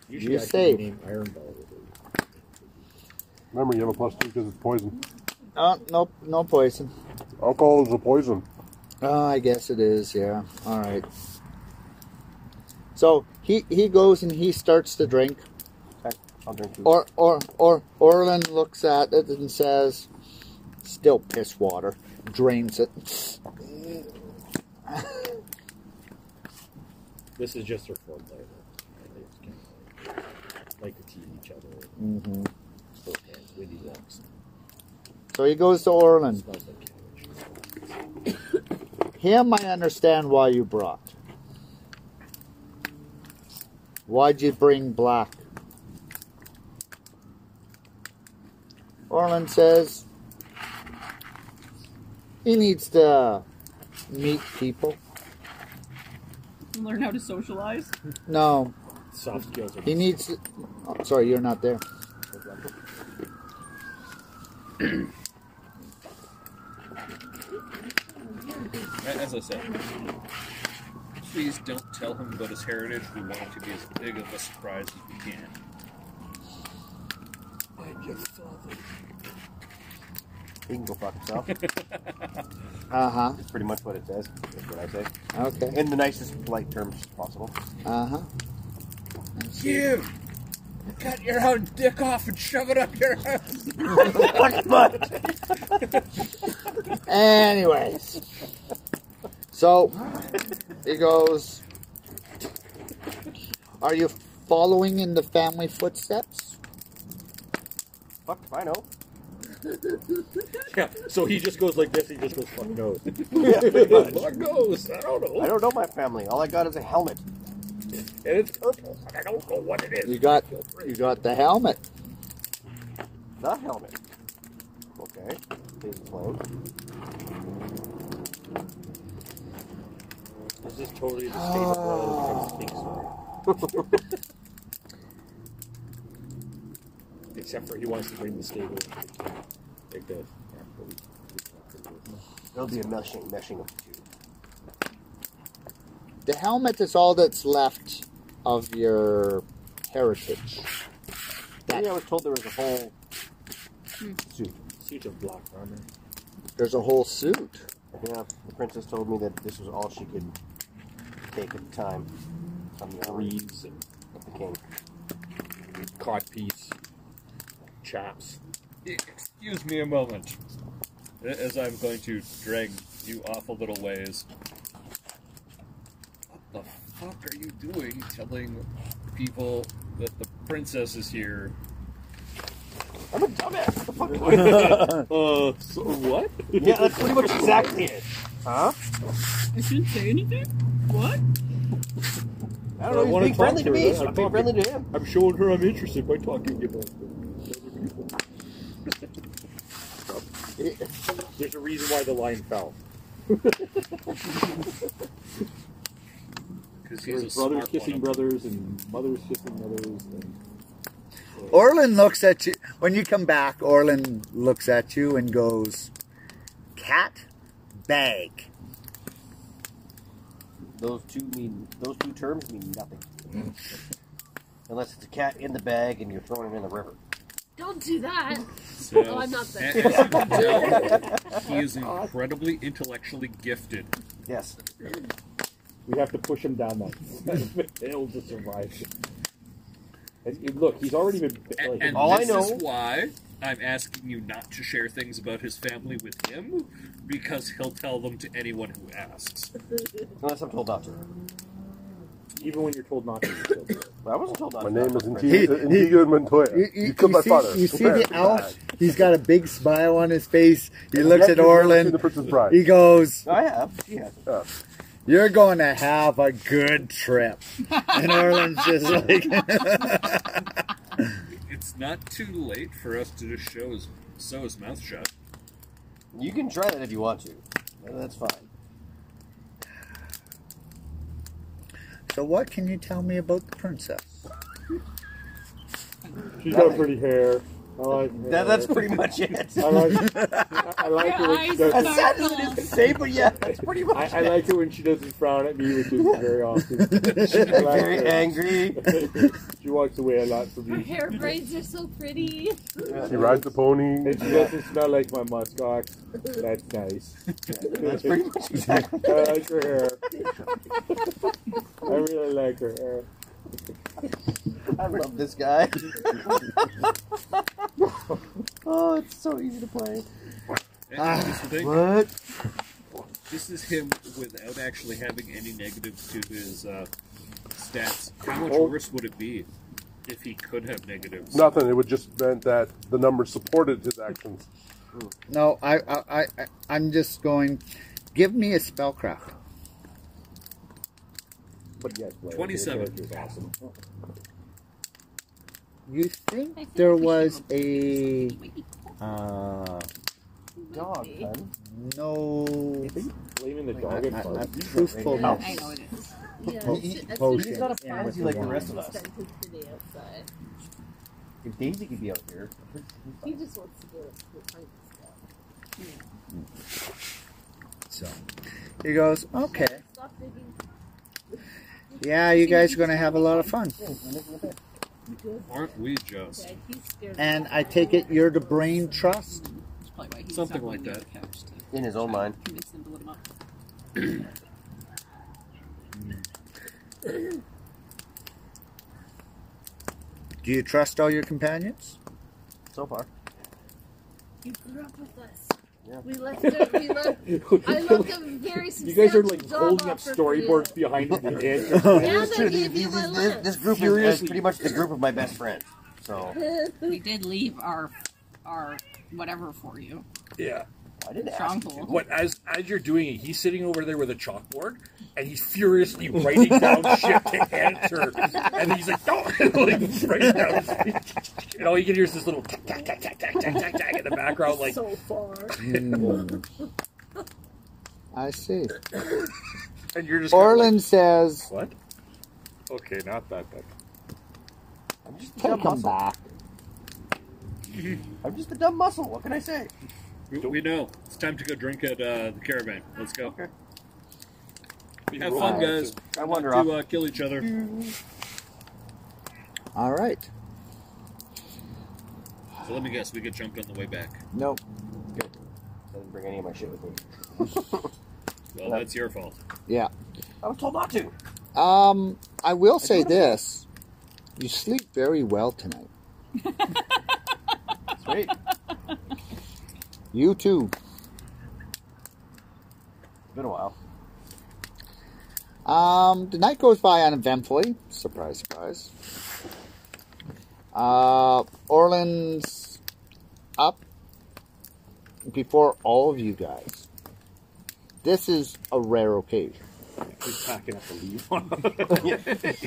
B: You
F: should actually
B: save.
F: name Iron Ball. with it.
D: Remember, you have a plus two because it's poison.
B: Uh, nope, no poison.
D: Alcohol is a poison.
B: Uh, I guess it is, yeah. All right. So he, he goes and he starts to drink.
I: Okay, I'll drink. two.
B: Or or or Orlin looks at it and says, "Still piss water." Drains it.
F: This is just her fourth flavor. Like to tease each other.
B: hmm
F: Okay, Windy walks.
B: So he goes to Orlin.
F: Smells like cabbage.
B: Him, I understand why you brought. Why'd you bring black? Orlin says he needs to meet people.
E: Learn how to socialize.
B: No,
F: Soft skills. Are
B: He needs. Oh, sorry, you're not there.
H: As I said, please don't tell him about his heritage. We want it to be as big of a surprise as we can.
I: He can go fuck himself.
B: Uh huh.
I: That's pretty much what it says. That's what I say.
B: Okay.
I: In the nicest polite terms possible.
B: Uh huh.
H: You cut your own dick off and shove it up your ass.
I: Fuck butt!
B: Anyways, so he goes. Are you following in the family footsteps?
I: Fuck if I know.
F: Yeah, so he just goes like this. He just goes, fuck no. fuck knows? I don't know.
I: I don't know my family. All I got is a helmet.
F: And it's purple. And I don't know what it is.
B: You got you got the helmet.
I: The helmet. Okay. Please explain.
F: This is totally the state of world from Pink Story. Except for he wants to bring the stable. Like the. Yeah, but we-
I: There'll be a meshing, meshing of the two.
B: The helmet is all that's left of your heritage.
I: Maybe I was told there was a whole.
F: Suit of black armor.
B: There's a whole suit.
I: Yeah, the princess told me that this was all she could take at the time. From the army
F: Reeds and
I: of the king.
F: codpiece. Chaps.
H: Excuse me a moment. As I'm going to drag you off a little ways. What the fuck are you doing telling people that the princess is here?
I: I'm a dumbass. What the fuck?
F: Uh, so what?
I: yeah, that's pretty much exactly it. Huh?
E: I shouldn't say anything. What?
I: I
F: I
I: don't know.
F: wanna
I: He's being
F: talk
I: friendly
F: to
I: to
F: her,
I: me,
F: that's
I: so
F: what
I: I'm
F: I'm
I: being
F: talking.
I: friendly to him.
F: I'm showing her I'm interested by talking about other people. There's a reason why the line fell.
H: Because he's
F: There's
H: a
F: brothers
H: smart
F: kissing
H: one.
F: brothers and mothers kissing mothers. And
B: Orlin looks at you. When you come back, Orlin looks at you and goes, Cat bag.
I: Those two mean those two terms mean nothing. Unless it's a cat in the bag and you're throwing him in the river.
E: Don't do that.
H: So,
E: Oh, I'm not there.
H: a- As you can tell, he is incredibly intellectually gifted.
B: Yes.
C: We have to push him down that. It'll just survive. And, and look, he's already been.
H: And,
C: Like,
H: and
I: All I
H: this
I: know-
H: is why I'm asking you not to share things about his family with him, because he'll tell them to anyone who asks.
I: Unless I'm told not to.
C: even when you're told not to. you still do it.
I: But I wasn't told not
D: My
I: to.
D: name is
I: Not
D: Inti- Intigo Montoya.
J: You,
D: You,
J: you,
D: killed
J: you
D: my
J: see,
D: father.
J: You see
D: Prepare
J: the
D: to die.
J: elf? He's got a big smile on his face. He looks at
D: Yep, you've never seen The
J: Orlin.
D: Princess Bride.
J: He goes,
I: I have. She has.
J: "You're going to have a good trip." And Orlin's just like,
H: It's not too late for us to just show his, sew his mouth shut.
I: You can try that if you want to. No, that's fine.
J: "So what can you tell me about the princess?"
C: She's got pretty hair. I like her.
I: That, that's pretty much it.
C: I like. I, I like
G: Your
C: her when she
G: eyes
C: does.
G: sparkle.
I: Say, but yeah, that's pretty much
C: I, I
I: it.
C: like it when she doesn't frown at me, which is very often. I like
I: Very
C: her.
I: angry.
C: she walks away a lot from
E: Her
C: me.
E: hair braids are so pretty.
D: She rides the pony.
C: And she doesn't smell like my muskox. That's nice.
I: That's pretty much exactly.
C: I like her hair. I really like her hair.
I: I love this guy. oh, it's so easy to play.
H: And this, is the thing,
I: What?
H: this is him without actually having any negatives to his uh, stats. How much worse would it be if he could have negatives?
D: Nothing. It would just meant that the numbers supported his actions.
J: No, I, I, I, I- I'm just going. Give me a spellcraft.
C: But yes, Blair, your
H: 27.
C: character is awesome.
J: You think there was a uh,
I: Dog, hun.
J: no?
C: Blaming the
J: A,
C: dog at
J: a, a
C: first.
G: No,
J: truthfulness.
G: I know it is.
E: Yeah.
J: Po-
E: it's- it's-
J: potion.
E: it's
I: He's not a
J: Yeah,
I: pansy
J: with
I: like
J: the
I: the rest of us.
E: spent his day outside.
I: If Daisy could be out here,
E: He just wants to do it. for fun stuff.
J: So he goes, okay,
E: Stop digging.
J: yeah, you guys are gonna have a lot of fun.
H: Aren't we just?
E: Okay, he's scared.
I: Eh.
J: And I take it you're the brain trust.
G: That's probably why he was
H: Something
G: up on
H: like
G: the
H: that.
G: other couch to
I: in his own mind.
G: convince them to let him up.
J: Do you trust all your companions?
I: So far.
E: You grew up with us.
I: Yeah.
E: We left. Her, we left. I left a very
C: You guys are like
E: substantial job
C: holding up
E: offer for
C: storyboards
E: you.
C: behind you. to answer.
E: And I
I: This,
E: gave you my
I: this- this
E: lance.
I: group is, is
C: Furiously.
I: pretty much the group of my best friends. So
G: We did leave our our whatever for you.
F: Yeah.
I: I didn't ask you
G: Stronghold.
I: to.
F: What as as you're doing it, he's sitting over there with a chalkboard and he's furiously writing down shit to answer, and he's like, "No!" like, writing down, and all you can hear is this little tack tack tack tack tack tack tack tack in the background, like
E: so far.
B: I see.
F: and you're just kinda
B: Orlin says,
F: like, what? Okay, not that bad.
I: I'm just the
B: "Take
I: dumb
B: him
I: muscle.
B: back."
I: I'm just the dumb muscle. What can I say?
H: we, we know it's time to go drink at uh, the caravan. Let's go.
I: Okay.
H: Have fun, guys.
I: I wander
H: To
I: off.
H: uh, kill each other.
B: All right.
H: So let me guess, we get jumped on the way back.
B: No.
I: I didn't bring any of my shit with me.
H: Well, that's your fault.
B: Yeah.
I: I was told not to.
B: Um, I will say this: you sleep very well tonight.
I: Sweet.
B: You too.
I: Been a while.
B: Um, the night goes by uneventfully. Surprise, surprise. Uh, Orlin's up before all of you guys. This is a rare occasion.
C: He's packing up to leave.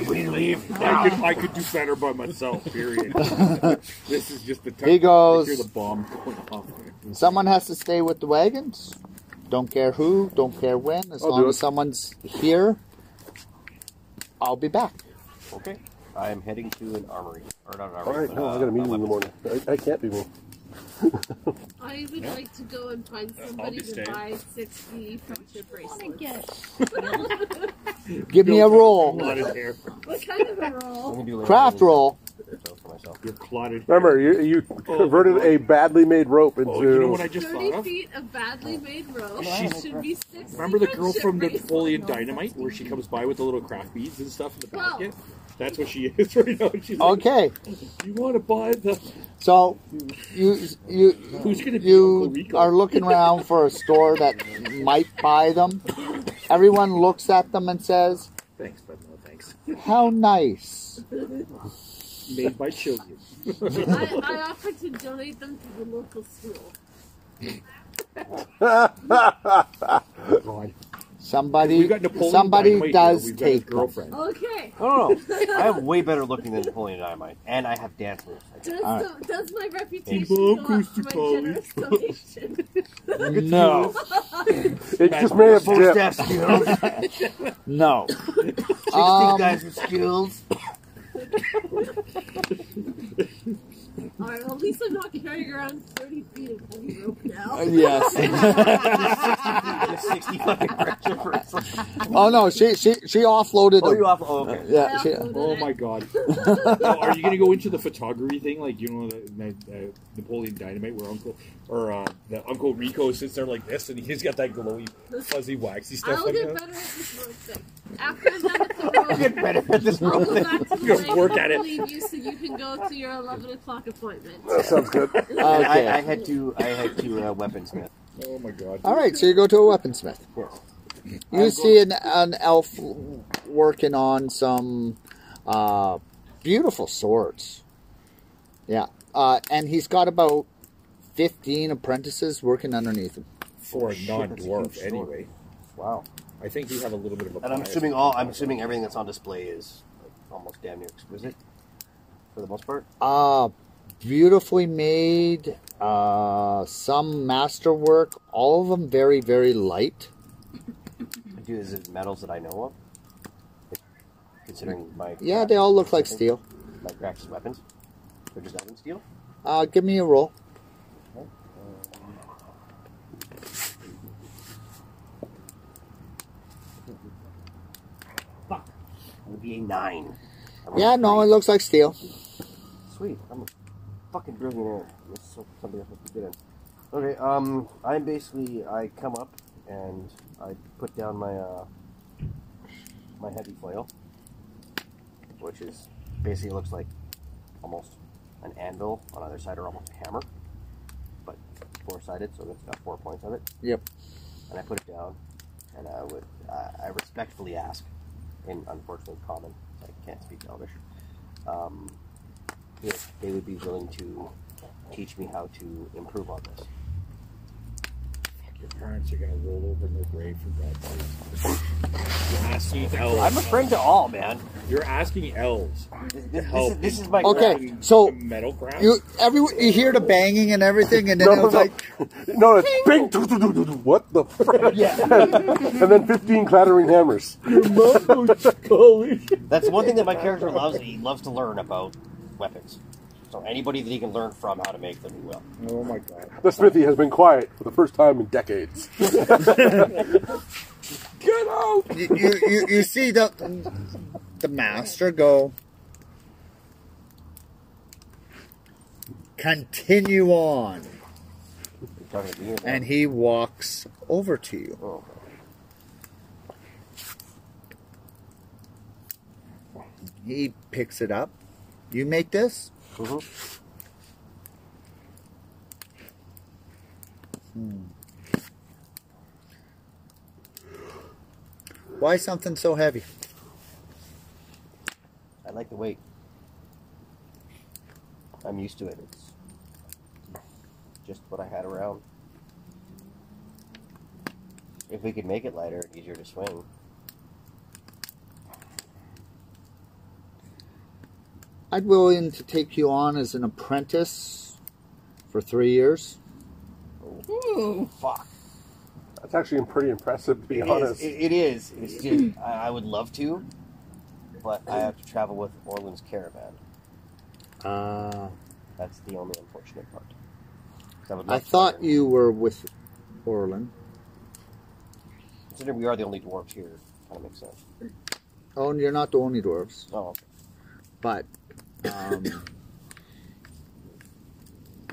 I: We leave.
C: I could, I could do better by myself. Period. this is just the time.
B: He goes-
C: I hear the bomb going off.
B: Someone has to stay with the wagons. Don't care who, don't care when. As
D: I'll
B: long
D: do
B: as
D: it.
B: someone's here, I'll be back.
I: Okay. I'm heading to an armory. Or not an
D: All
I: armory.
D: right,
I: but,
D: no,
I: uh,
D: I got a meeting in
I: weapon.
D: the morning. I, I can't be moved.
E: I would like to go and find
H: I'll
E: somebody
H: be
E: to
H: staying.
E: buy sixty friendship
G: Wanna
E: bracelets.
G: get
B: Give me a
C: A
B: roll.
C: lot of hair.
E: What kind of a roll?
I: Only do it
B: Craft
I: later.
B: roll.
I: So, myself.
C: You're clotted.
D: Remember, you, you converted a badly made rope into.
C: Oh, you know what I just thought
E: 30
C: of?
E: feet of badly made rope
C: She-
E: should be 60
C: Remember the girl
E: gunship
C: from
E: race.
C: Napoleon Dynamite where she comes by with the little craft beads and stuff in the
E: Wow.
C: basket? That's what she is right now. She's like,
B: Okay,
C: you want to buy the...
B: so you you
C: Who's gonna be Uncle
B: you
C: Rico?
B: are looking around for a store that might buy them. Everyone looks at them and says,
C: Thanks, but no thanks.
B: "How nice."
C: Made by children.
E: I, I offered to donate them to the local school.
B: Somebody
C: We've got Napoleon Dynamite
B: somebody
C: here.
B: does
C: We've got his
B: take them.
C: girlfriend.
E: Okay.
I: I don't know. I'm way better looking than Napoleon Dynamite, and I have dance moves.
E: Does, the, does my reputation
I: Hey,
E: go up for my generous donation?
B: No,
D: It just made a
I: Full
D: dip.
I: staff skills.
B: no.
I: These
B: Um,
I: guys with skills.
E: Alright, well, at least I'm not carrying around 30 feet of heavy rope now.
B: yes.
I: Just 60 fucking pressure for us.
B: Oh no, she she she offloaded.
I: Oh,
B: them.
I: you off? Oh, okay.
E: I
B: yeah, she,
E: uploaded
C: Oh
E: it.
C: my god. Now, are you going to go into the photography thing? Like, you know, the, the, the Napoleon Dynamite where Uncle... Or uh, the Uncle Rico sits there like this and he's got that glowy, fuzzy, waxy stuff
E: I'll
C: like
E: get
C: that?
E: better at this rope thing. After I'm done with the rope,
I: Better at this
E: I'll go back to the
C: You're gonna
E: lake.
C: work
E: I'll
C: at it.
E: leave you so you can go to your 11 o'clock appointment.
D: Sounds good.
I: And
B: Okay.
I: I, I had to. I had to uh, weaponsmith.
C: Oh my god.
B: All right, so you go to a weaponsmith. You see an, an elf working on some uh, beautiful swords. Yeah, uh, and he's got about fifteen apprentices working underneath him.
C: For a non-dwarf,
I: huge
C: anyway.
I: Wow.
C: I think you have a little bit of a
I: And I'm
C: bias.
I: assuming all. I'm assuming everything that's on display is like, almost damn near exquisite, for the most part.
B: Uh, beautifully made. Uh, some masterwork. All of them very very light.
I: Do is it metals that I know of? Considering my
B: Yeah, they all look like steel.
I: My cracks is weapons. They're just oven steel.
B: Uh, give me a roll.
I: Fuck. It would be a nine. I rolled
B: Yeah,
I: a
B: no, it
I: nine.
B: looks like steel.
I: Sweet. I'm a fucking billionaire. This is so- something I'm supposed to be good at. Okay, um, I'm basically, I come up and I put down my, uh, my heavy flail, which is basically looks like almost an anvil on either side or almost a hammer, but four sided, so that's got four points on it.
B: Yep.
I: And I put it down and I would, I I respectfully ask, in unfortunately common, I can't speak Elvish, um, if they would be willing to teach me how to improve on this.
C: Your parents are gonna roll over in their grave for God's sake. You're asking
I: I'm
C: elves.
I: a friend to all, man.
C: You're asking elves.
I: This, this- this
C: Help.
I: is, this is my
B: Okay,
I: crap.
C: Fucking
B: so
C: metal crap.
B: You every you hear the banging and everything, and then
D: No,
B: it was
D: no.
B: like.
D: No, it's bing. do, do, do, do, do. What the frick? and then 15 clattering hammers.
I: That's one thing that my character loves. and He loves to learn about weapons. So anybody that he can learn from how to make them, he will.
C: Oh my god.
D: The smithy has been quiet for the first time in decades.
B: you, you, you- you see the the master go continue on
I: You're talking to me about-
B: and he walks over to you
I: Oh,
B: he picks it up you make this
I: Mhm.
B: why something so heavy
I: I like the weight. I'm used to it. It's just what I had around. If we could make it lighter and easier to swing.
B: i'd willing to take you on as an apprentice for three years
G: Ooh.
I: Fuck.
D: That's actually pretty impressive, to be
I: It is.
D: honest.
I: It, it is. It's just, I, I would love to, but I have to travel with Orland's caravan.
B: uh,
I: That's the only unfortunate part. 'Cause would
B: i
I: love to
B: thought
I: learn.
B: you were with orlin
I: Considering we are the only dwarves here, kind of makes sense.
B: oh and you're not the only dwarves
I: Oh, okay.
B: but um,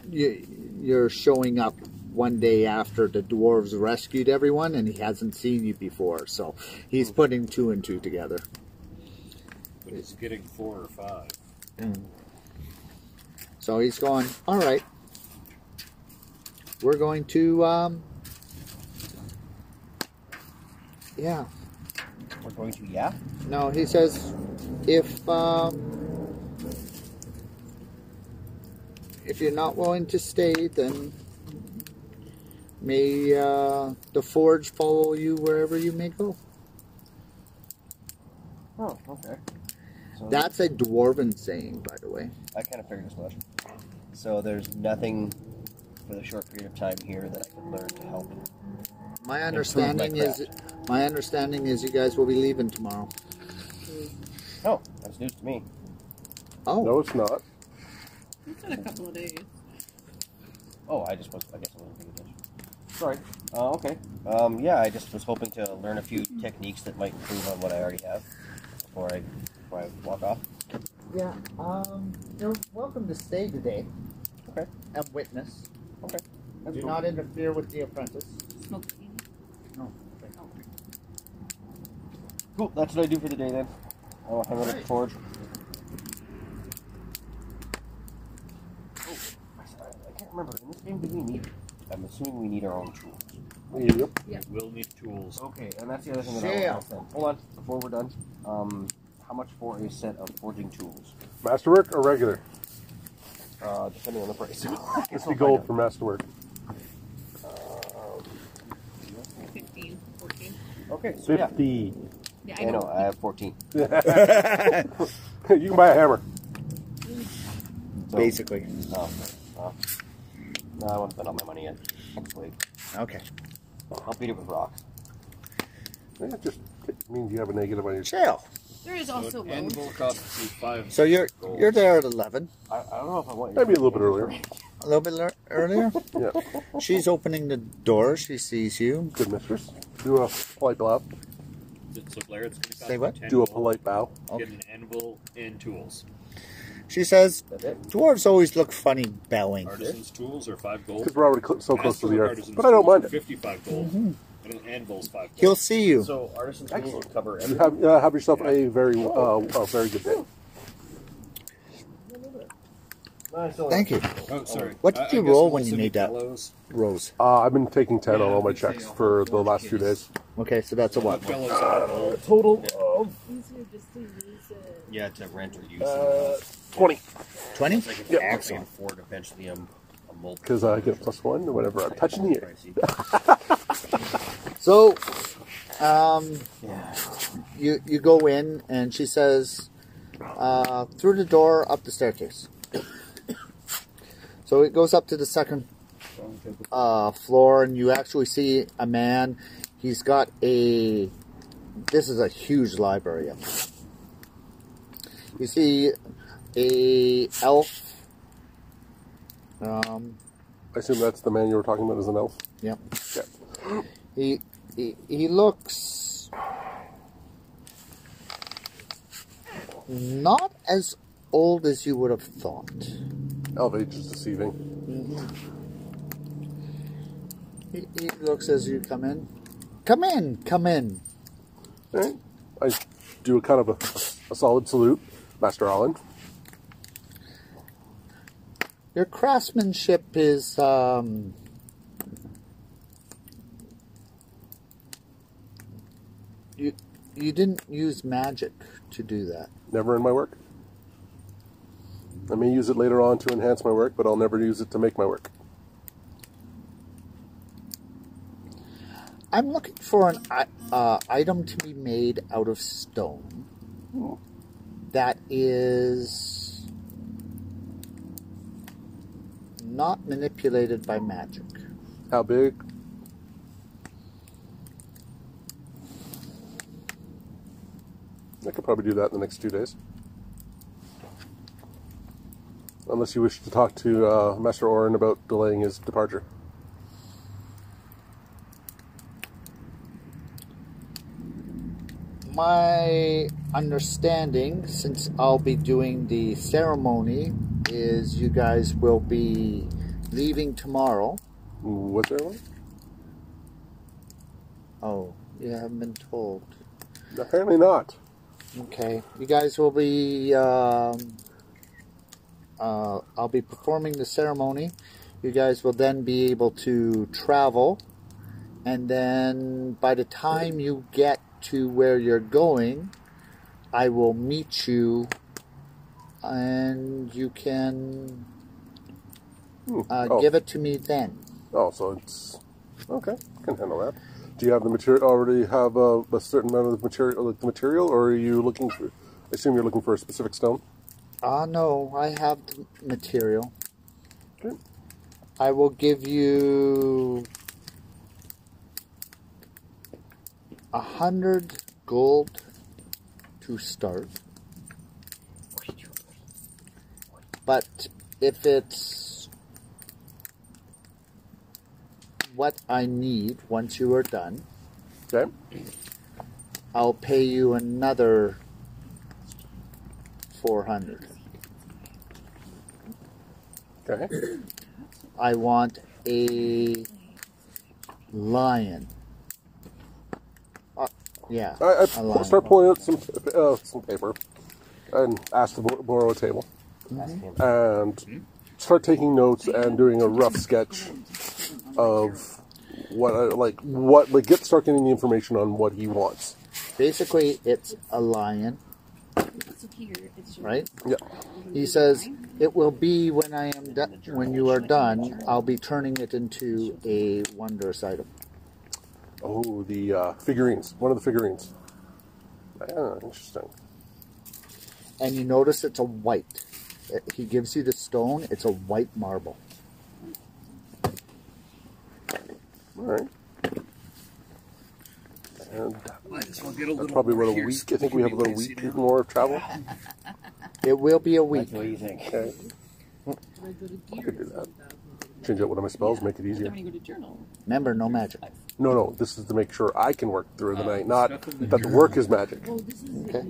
B: you, you're showing up one day after the dwarves rescued everyone, and he hasn't seen you before, so he's putting two and two together.
H: Oh. But it's getting four or five.
B: Mm. So he's going, all right, we're going to, um, yeah.
I: We're going to, yeah?
B: No, he says, if um, if you're not willing to stay, then may uh, the forge follow you wherever you may go.
I: Oh, okay. So
B: That's a dwarven saying, by the way.
I: I kind of figured as much. So there's nothing for the short period of time here that I can learn to help.
B: My understanding
I: like
B: is, my understanding is, you guys will be leaving tomorrow.
I: Oh, that's news to me.
B: Oh,
D: No, it's not.
G: It's in a couple of days.
I: Oh, I just was. I guess I wasn't paying attention. Sorry. Uh, okay. Um, yeah, I just was hoping to learn a few techniques that might improve on what I already have before I, before I walk off.
B: yeah. Um, you're welcome to stay today
I: Okay.
B: and witness.
I: Okay.
B: Do not interfere with the apprentice.
G: Smoke tea.
B: No.
G: Oh.
I: Cool. That's what I do for the day then. I'll hang out at the forge. Oh, I said- I- I can't remember. In this game, do we need? I'm assuming we need our own tools.
F: We will need tools.
I: Okay, and that's the other thing that I
B: Shale.
I: want to ask then. Hold on, before we're done, um, how much for a set of forging tools?
D: Masterwork or regular?
I: Uh, depending on the price.
D: Fifty gold for masterwork.
G: 15, 14.
I: Okay, so yeah.
D: Fifty.
G: Yeah,
I: I know, I have 14.
D: you can buy a hammer.
I: So,
J: basically.
I: Oh, oh. No, I haven't spent all my money yet. Next week.
J: Okay.
I: I'll beat it with rocks.
D: Eh, It just it means you have a negative on your.
J: Chill.
G: There is
H: So
G: also
H: an
G: loads.
H: anvil costs you five.
J: So you're
H: gold.
J: you're there at eleven.
I: I, I don't know if I want you.
D: Maybe a little bit earlier.
B: A little bit lear- earlier.
D: Yeah.
B: She's opening the door. She sees you.
D: Good mistress. Do a polite bow.
H: So Blair, it's going to cost
B: Say what?
H: you 10
D: Do a
H: gold.
D: polite bow.
H: Get an anvil and tools.
B: She says,
I: That's it.
B: "Dwarves always look funny bowing."
H: Artisan's tools are five gold.
D: Because we're already cl- so close to the
H: Masterwork
D: earth.
H: artisan's
D: But I don't
H: tools
D: mind
H: are
D: it.
H: Fifty-five gold,
B: Mm-hmm.
H: and an anvil's five gold.
B: He'll see you.
I: So, artisans will cover
D: You
I: everything.
D: have, uh, have yourself a very uh, a very good day.
B: Thank you,
H: Oh, sorry.
F: Uh,
B: What did you roll when you made
H: need
B: that? Rose.
D: Uh, I've been taking ten on all my checks for the last few days.
B: Okay, so that's a what?
I: Total
E: Easier just to use it.
I: Yeah, to rent or use.
D: Uh,
I: Uh,
D: Twenty.
B: Twenty.
I: I can,
D: yeah.
I: I can afford eventually a, a multi.
D: Because I get a plus one whenever I'm touching the air.
B: So, um,
I: Yeah.
B: you you go in, and she says, uh, "Through the door, up the staircase." so it goes up to the second uh, floor, and you actually see a man. He's got a. This is a huge library. up there. You see a elf. Um,
D: I assume that's the man you were talking about as an elf.
B: yep.
D: Yeah.
B: He, he he looks not as old as you would have thought.
D: Elf age is deceiving.
B: He, he looks as you come in. Come in, come in.
D: All right. I do a kind of a, a solid salute, Master Allen.
B: Your craftsmanship is um you you didn't use magic to do that.
D: Never in my work. I may use it later on to enhance my work, but I'll never use it to make my work.
B: I'm looking for an i- uh, item to be made out of stone. That is not manipulated by magic.
D: How big? I could probably do that in the next two days. Unless you wish to talk to uh, Master Orin about delaying his departure.
B: My understanding, since I'll be doing the ceremony, is you guys will be leaving tomorrow.
D: What's that one?
B: Oh, you haven't been told.
D: Apparently not.
B: Okay, you guys will be. Um, uh, I'll be performing the ceremony. You guys will then be able to travel, and then by the time you get to where you're going, I will meet you, and you can
D: Hmm.
B: uh,
D: oh.
B: give it to me then.
D: oh, so it's okay. Can handle that. Do you have the material? Already have a, a certain amount of the material, like the material, or are you looking for? I assume you're looking for a specific stone.
B: Ah, no, I have the material.
D: Okay.
B: I will give you a hundred gold to start. But if it's what I need once you are done,
D: Okay.
B: I'll pay you another 400.
D: Okay.
B: I want a lion. Uh, yeah.
D: I, I
B: a lion.
D: start pulling out some uh, some paper and ask to bor- borrow a table
I: Ask him.
F: Mm-hmm.
D: and start taking notes and doing a rough sketch of what I, like what like get start getting the information on what he wants.
B: Basically, it's a lion, right?
D: Yeah.
B: He says, "It will be when I am done. When you are done, I'll be turning it into a wondrous item."
D: Oh, the uh, figurines. One of the figurines. Ah, interesting.
B: And you notice it's a white. Uh, He gives you the stone. It's a white marble.
D: All right. And
F: Might as well get a little
D: that's probably
F: more
D: about a
F: here,
D: week.
F: so
D: I think
F: can
D: we have
F: be
D: about a
F: lazy
D: week
F: now.
D: more of travel.
B: It will be a week.
I: What do you think?
D: Okay. I could do that. Change out one of my spells, make it easier.
G: Then when you go to journal,
B: Remember, no magic.
D: No, no, this is to make sure I can work through the
F: Oh,
D: night, not
F: nothing that
D: that the work is magic.
B: Okay.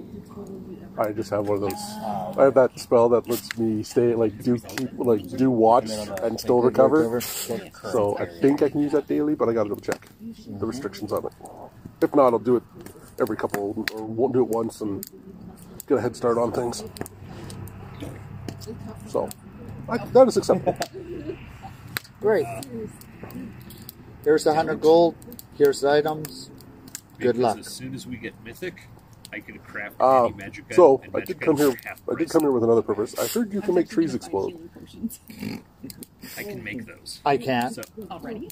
D: I just have one of those. I have that spell that lets me stay, like do keep, like do watch and still recover. So I think I can use that daily, but I gotta double check the restrictions on it. If not, I'll do it every couple, or won't do it once and get a head start on things. So I, that is acceptable.
B: Great. Here's a hundred gold. Here's the items. Good
F: Because
B: luck.
F: As soon as we get mythic, I can craft
D: Uh,
F: any magic. item,
D: so
F: and
D: I
F: magic
D: did come
F: items
D: here.
F: are half
D: I did
F: price.
D: come here with another purpose. I heard you
G: I
D: can
G: was
D: make
G: actually
D: trees
G: gonna buy
D: explode.
G: healing potions
F: I can make those.
D: Ah.
B: I can.
F: So
G: already.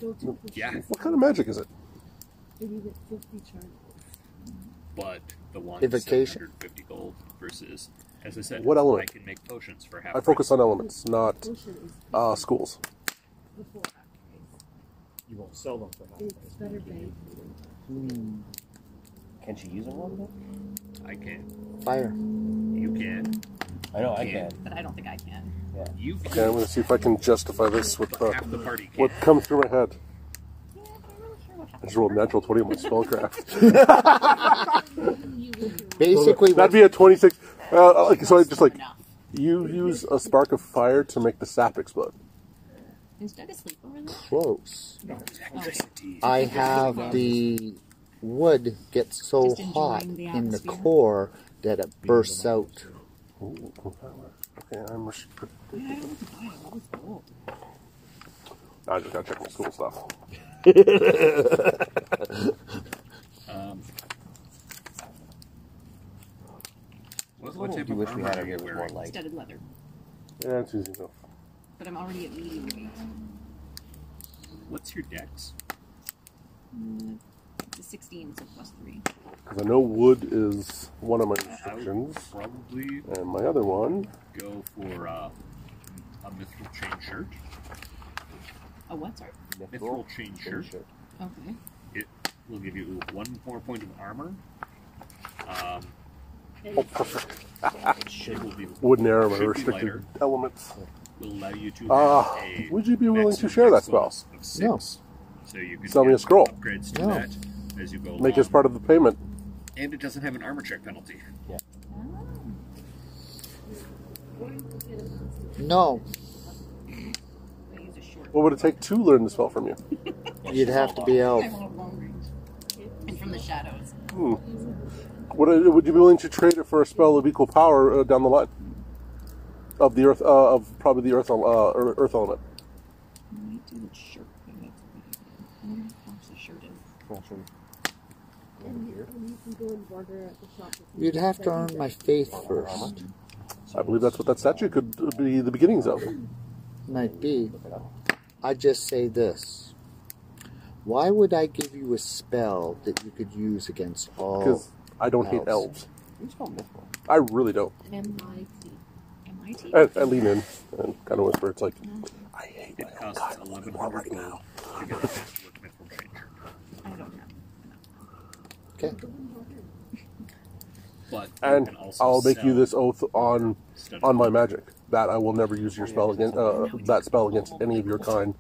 F: yeah,
D: What kind of magic is it?
F: but the one
B: Invocation.
F: 750 gold versus, as I said,
D: What element?
F: I can make potions for half.
D: I focus on elements, not uh, schools.
C: You won't sell them for half price.
I: Can she use it one though?
F: I can.
B: Fire.
F: You can.
I: I know I
F: Yeah.
I: can.
G: But I don't think I can.
F: You can.
D: Okay, I'm going to see if I can justify this with
F: But
D: uh,
F: half the party can.
D: what comes through my head.
G: Yeah, but I'm not sure
D: I
G: what happened.
D: just rolled a natural 20 on my spellcraft.
B: Basically,
D: That'd
B: what,
D: be a 26. Uh, like, so I just like,
G: Enough.
D: you use a spark of fire to make the sap explode.
G: Is Doug asleep over there?
B: close. I have the wood gets so
G: Just enjoying
B: hot
G: the
B: in the
G: atmosphere.
B: core that it bursts out.
D: Okay, I'm res-
G: Yeah, I don't know if I have all this gold.
D: I just got to check my school stuff.
F: What, what type
I: You
F: of
I: wish
F: armor
I: we had
F: are
I: her
F: you
I: give us more
F: wearing?
I: light.
G: Studded leather.
D: Yeah, it's easy enough.
G: But I'm already at medium weight.
F: What's your dex?
G: Mm, The 16, so plus 3.
D: Because I know wood is one of my restrictions,
F: Probably
D: and my other one,
F: go for uh, a mithril chain shirt.
G: A what, sorry?
F: Mithril chain shirt.
G: Okay.
F: It will give you one more point of armor. Um, it will be
D: wooden arrow, my
F: Should be
D: restricted
F: lighter.
D: elements.
F: will allow you to.
D: Ah,
F: have a
D: would you be willing to
F: maximum
D: share that
F: dex bonus Of six.
B: No.
F: So you can
D: Sell me a
F: add
D: scroll.
F: Upgrades to
B: No.
F: that as you go
D: Make
F: along.
D: us part of the payment.
F: and it doesn't have an armor check penalty.
G: Oh.
B: No,
G: I use a short
D: What would it take to learn the spell from you?
B: You'd have to be elf.
E: I'm a little lonely. And from the shadows.
D: Hmm. Would, it, uh, would you be willing to trade it for a spell of equal power uh, down the line? Of the earth, uh, of probably the earth, el- uh, ear- earth element.
E: I might do the shirt. Maybe that's I wonder how much the shirt is.
K: And you, and you can go and barter at the shop. with me.
B: You'd have to earn my faith first.
D: I believe that's what that statue could be the beginnings of.
B: Might be. I just say this. Why would I give you a spell that you could use against all?
D: Because I don't hate elves.
B: Elves.
D: I really don't.
K: M.I.T..
E: MIT?
D: I, I lean in and kind of whisper. It's like, I hate
F: It costs eleven hundred gold to get a patchwork mental creature.
E: I don't know.
B: Okay.
F: But you
D: and
F: can also
D: I'll make you
F: sell
D: this oath on
F: stuff.
D: on my magic that I will never use your spell against uh, that spell against any of your kind.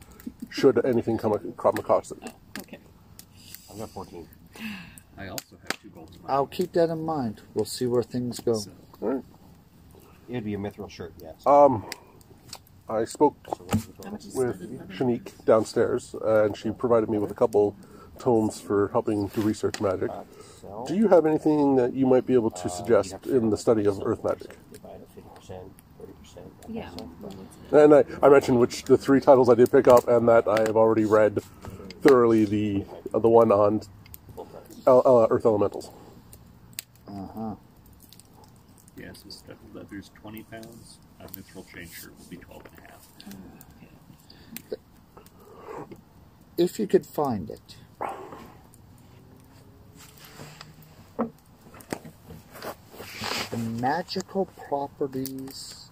D: Should anything come come across it,
E: Okay.
I: I've got 14.
F: I also have two gold. in my
B: I'll keep that in mind. We'll see where things go.
F: So-
I: It'd be a mithril shirt, yes.
D: um, I spoke
I: So what's the total?
E: How much is
D: with
E: this other-
D: Shanique downstairs, and she provided me with a couple tomes for helping to research magic.
I: So,
D: Do you have anything that you might be able to
I: uh,
D: suggest
I: you'd have to
D: in the study of
I: divide
D: Earth magic?
I: it 50%, 30%, that
E: Yeah.
I: kind of stuff.
D: And I, I mentioned which the three titles I did pick up, and that I have already read thoroughly the uh, the one on uh, uh, Earth Elementals.
F: Yeah, so stuff leather's twenty pounds. A mithril chain shirt will be twelve and a half.
B: If you could find it. The magical properties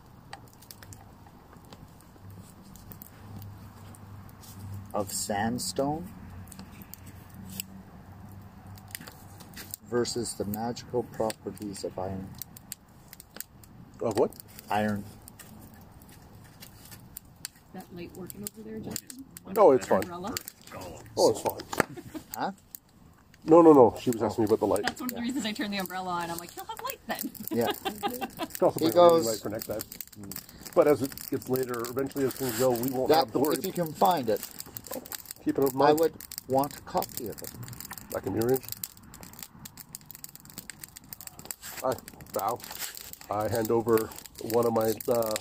B: of sandstone versus the magical properties of iron.
D: Of what?
B: Iron.
E: That light working over there, just
D: No, it's fine.
E: umbrella.
D: Oh, it's fine.
B: Huh?
D: No, no, no. She was asking me about the light.
E: That's one of the reasons I turned the umbrella on. I'm like, you'll have light then.
B: Yeah.
D: Could also
B: He
D: bring a reading
B: goes-
D: light for next time. Mm. But as it gets later, eventually as things go, we won't
B: that,
D: have to worry.
B: if you can find it,
D: Keep it in
B: I
D: mind.
B: would want a copy of it.
D: That can be arranged. I bow. I hand over one of my. Uh,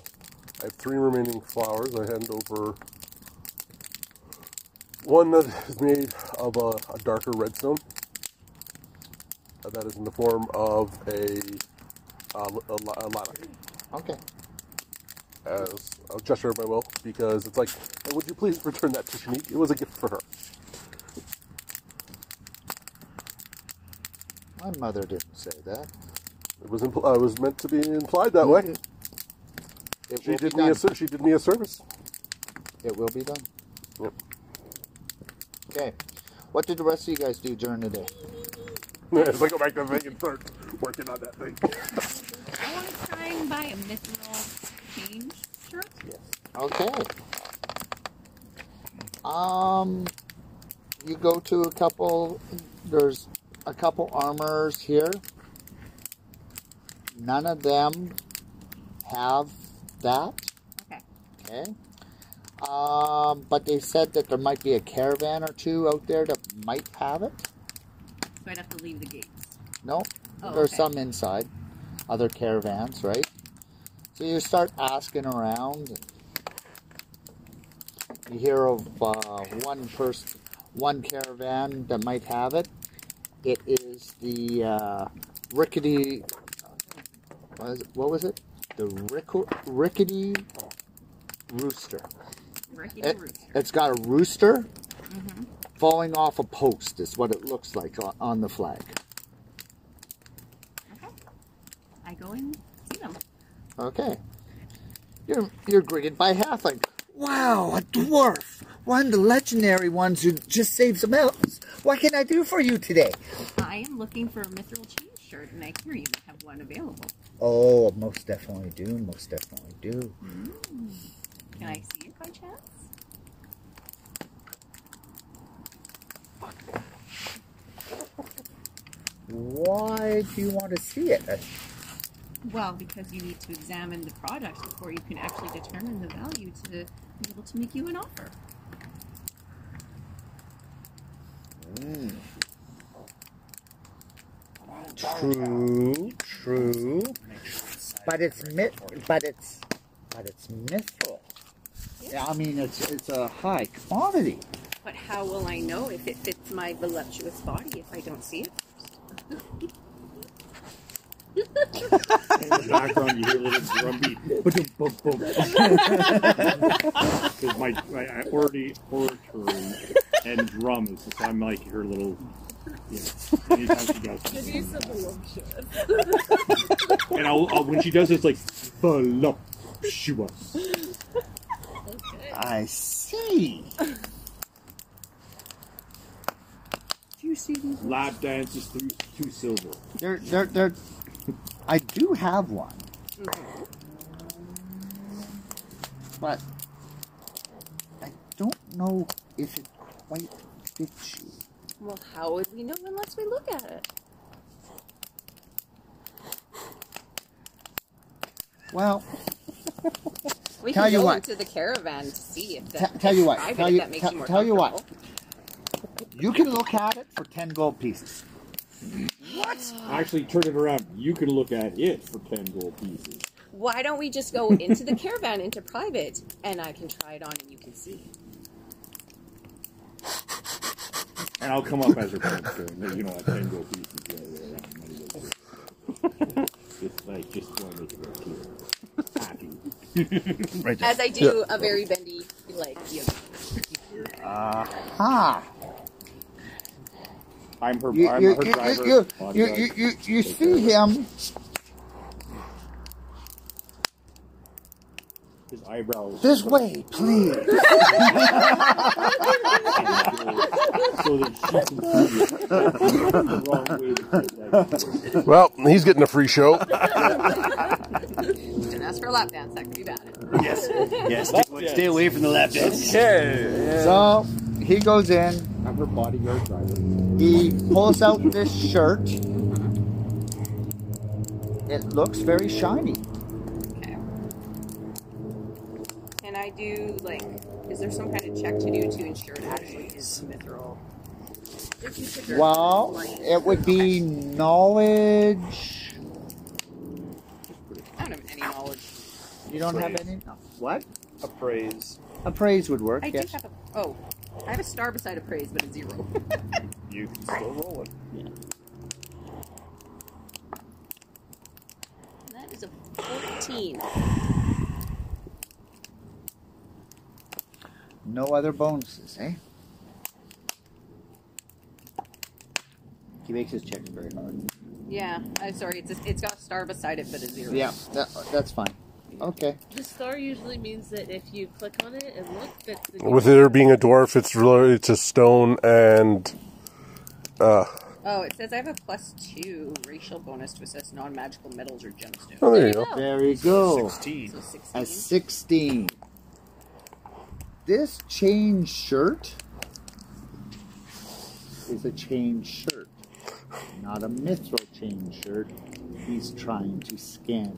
D: I have three remaining flowers. I hand over one that is made of a, a darker redstone. Uh, That is in the form of a, uh, li- a, li- a lilac
B: Okay.
D: as a gesture of my will because it's like, would you please return that to Shanique? It was a gift for her.
B: My mother didn't say that.
D: It was impl- uh, it was meant to be implied that way.
B: It
D: She
B: will
D: did
B: be Mm-hmm.
D: me
B: done.
D: a ser- she did me a service.
B: It will be done.
D: Yep.
B: Okay. What did the rest of you guys do during the day?
D: As I go back to the thing and start working on that thing.
E: I want to try and buy a mithril change shirt.
B: Okay. Um, you go to a couple. There's a couple armors here. None of them have that.
E: Okay.
B: Okay. Um, but they said that there might be a caravan or two out there that might have it.
E: So I'd have to leave the gates.
B: Nope.
E: Oh,
B: There's
E: okay.
B: some inside, other caravans, right? So you start asking around. You hear of uh, one person, one caravan that might have it. It is the uh, rickety. What, is it, what was it? The rickle, rickety rooster.
E: Ricky
B: It,
E: the Rooster. Mm-hmm.
B: it's got a rooster falling off a post. Is what it looks like on, on the flag.
E: Okay. I go and see them.
B: Okay. You're you're greeted by Halfling. Wow, a dwarf! One of the legendary ones who just saved some elves. What can I do for you today?
E: I am looking for a mithril change shirt, and I hear you might have one available.
B: Oh, most definitely do, most definitely do.
E: Can I see it by chance?
B: Why do you want to see it?
E: Well, because you need to examine the product before you can actually determine the value to be able to make you an offer.
B: True, true. But it's mi- but it's but it's mithril. Yeah, I mean it's it's a high commodity.
E: But how will I know if it fits my voluptuous body if I don't see it?
F: In the background, you hear a little drum beat. Because my, my I already oratory and drum is so I'm like her little. You know, anytime she does
L: Maybe
F: something.
L: it's a voluptuous.
F: and I'll, I'll, when she does, it's like voluptuous.
B: I see.
E: Do you see these?
F: Lap dances through two silver.
B: There, there, there. I do have one, but I don't know if it quite fits you.
E: Well, how would we know unless we look at it?
B: Well,
E: We
B: Tell
E: can
B: you
E: go
B: what.
E: into the caravan to see if
B: t-
E: that.
B: tell you what.
E: describe it,
B: Tell
E: if
B: you,
E: that makes
B: tell-
E: you more
B: tell you what.
E: comfortable.
B: You can look at it for ten gold pieces.
F: Actually, turn it around. You can look at it for 10 gold pieces.
E: Why don't we just go into the caravan, into private, and I can try it on and you can see.
F: And I'll come up as her parents doing. You know, like 10 gold pieces. the other way around. Money goes first. Just like, just want to make it very clear. Happy.
B: Right
E: As I do a very bendy, like, you know,
B: Ah,
F: I'm her,
B: you,
F: I'm
B: you,
F: her
B: you,
F: driver.
B: you, you, you,
F: bodyguard.
B: you, you, you see him.
F: His eyebrows.
B: This way, please.
F: so that she can see it. the wrong way to put that.
D: Well, he's getting a free show.
E: and ask for a lap dance. That could be bad.
M: Yes. Yes. Stay, away- stay away from the lap dance.
B: So he goes in.
F: I'm her bodyguard driver.
B: He pulls out this shirt. It looks very shiny.
E: Okay. Can I do like? Is there some kind of check to do to ensure it actually is mithril? If you figure-
B: Well, it would be knowledge.
E: I don't have any knowledge.
B: You don't have any. What?
N: Appraise.
B: Appraise would work.
E: I do
B: yes.
E: have a. Oh, I have a star beside a praise, but a zero.
N: You can still roll it.
E: that is a fourteen.
B: No other bonuses, eh?
I: He makes his checks very hard.
E: Yeah, I'm sorry. It's a, it's got a star beside it, but a zero.
B: Yeah, that, that's fine. Okay.
L: The star usually means that if you click on it and look, that's the
D: With there being a dwarf, it's really, it's a stone and
E: Oh, it says I have a plus two racial bonus to assess non-magical metals or gemstones.
D: oh, there you go.
B: There you go.
N: Sixteen.
E: So sixteen.
B: A 16. This chain shirt is a chain shirt, not a mithril chain shirt. He's trying to scan.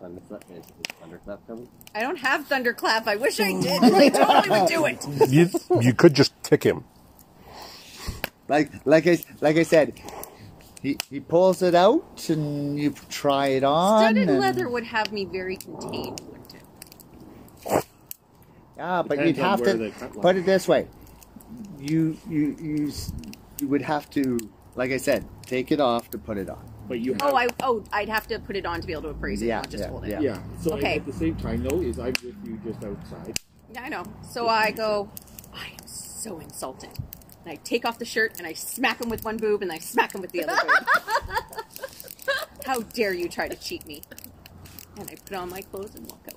I: Thunderclap is is thunderclap coming.
E: I don't have thunderclap. I wish I did. I totally would do it.
D: You you could just kick him.
B: Like, like I, like I said, he, he pulls it out and you try it on.
E: Studded
B: and-
E: leather would have me very contained, wouldn't it?
B: Yeah, but
F: Depends
B: you'd
F: on
B: have
F: where they
B: to
F: cut
B: put it this way. You, you, you, s- you would have to, like I said, take it off to put it on.
F: But you have
E: Oh, I oh, I'd have to put it on to be able to appraise it,
B: Yeah,
E: not just
B: yeah,
E: hold it.
B: yeah.
F: Yeah. So
E: Okay.
F: at the same time, though, is I'm with you just outside.
E: I know. So I go. I am so insulted. And I take off the shirt and I smack him with one boob and I smack him with the other boob. How dare you try to cheat me? And I put on my clothes and walk out.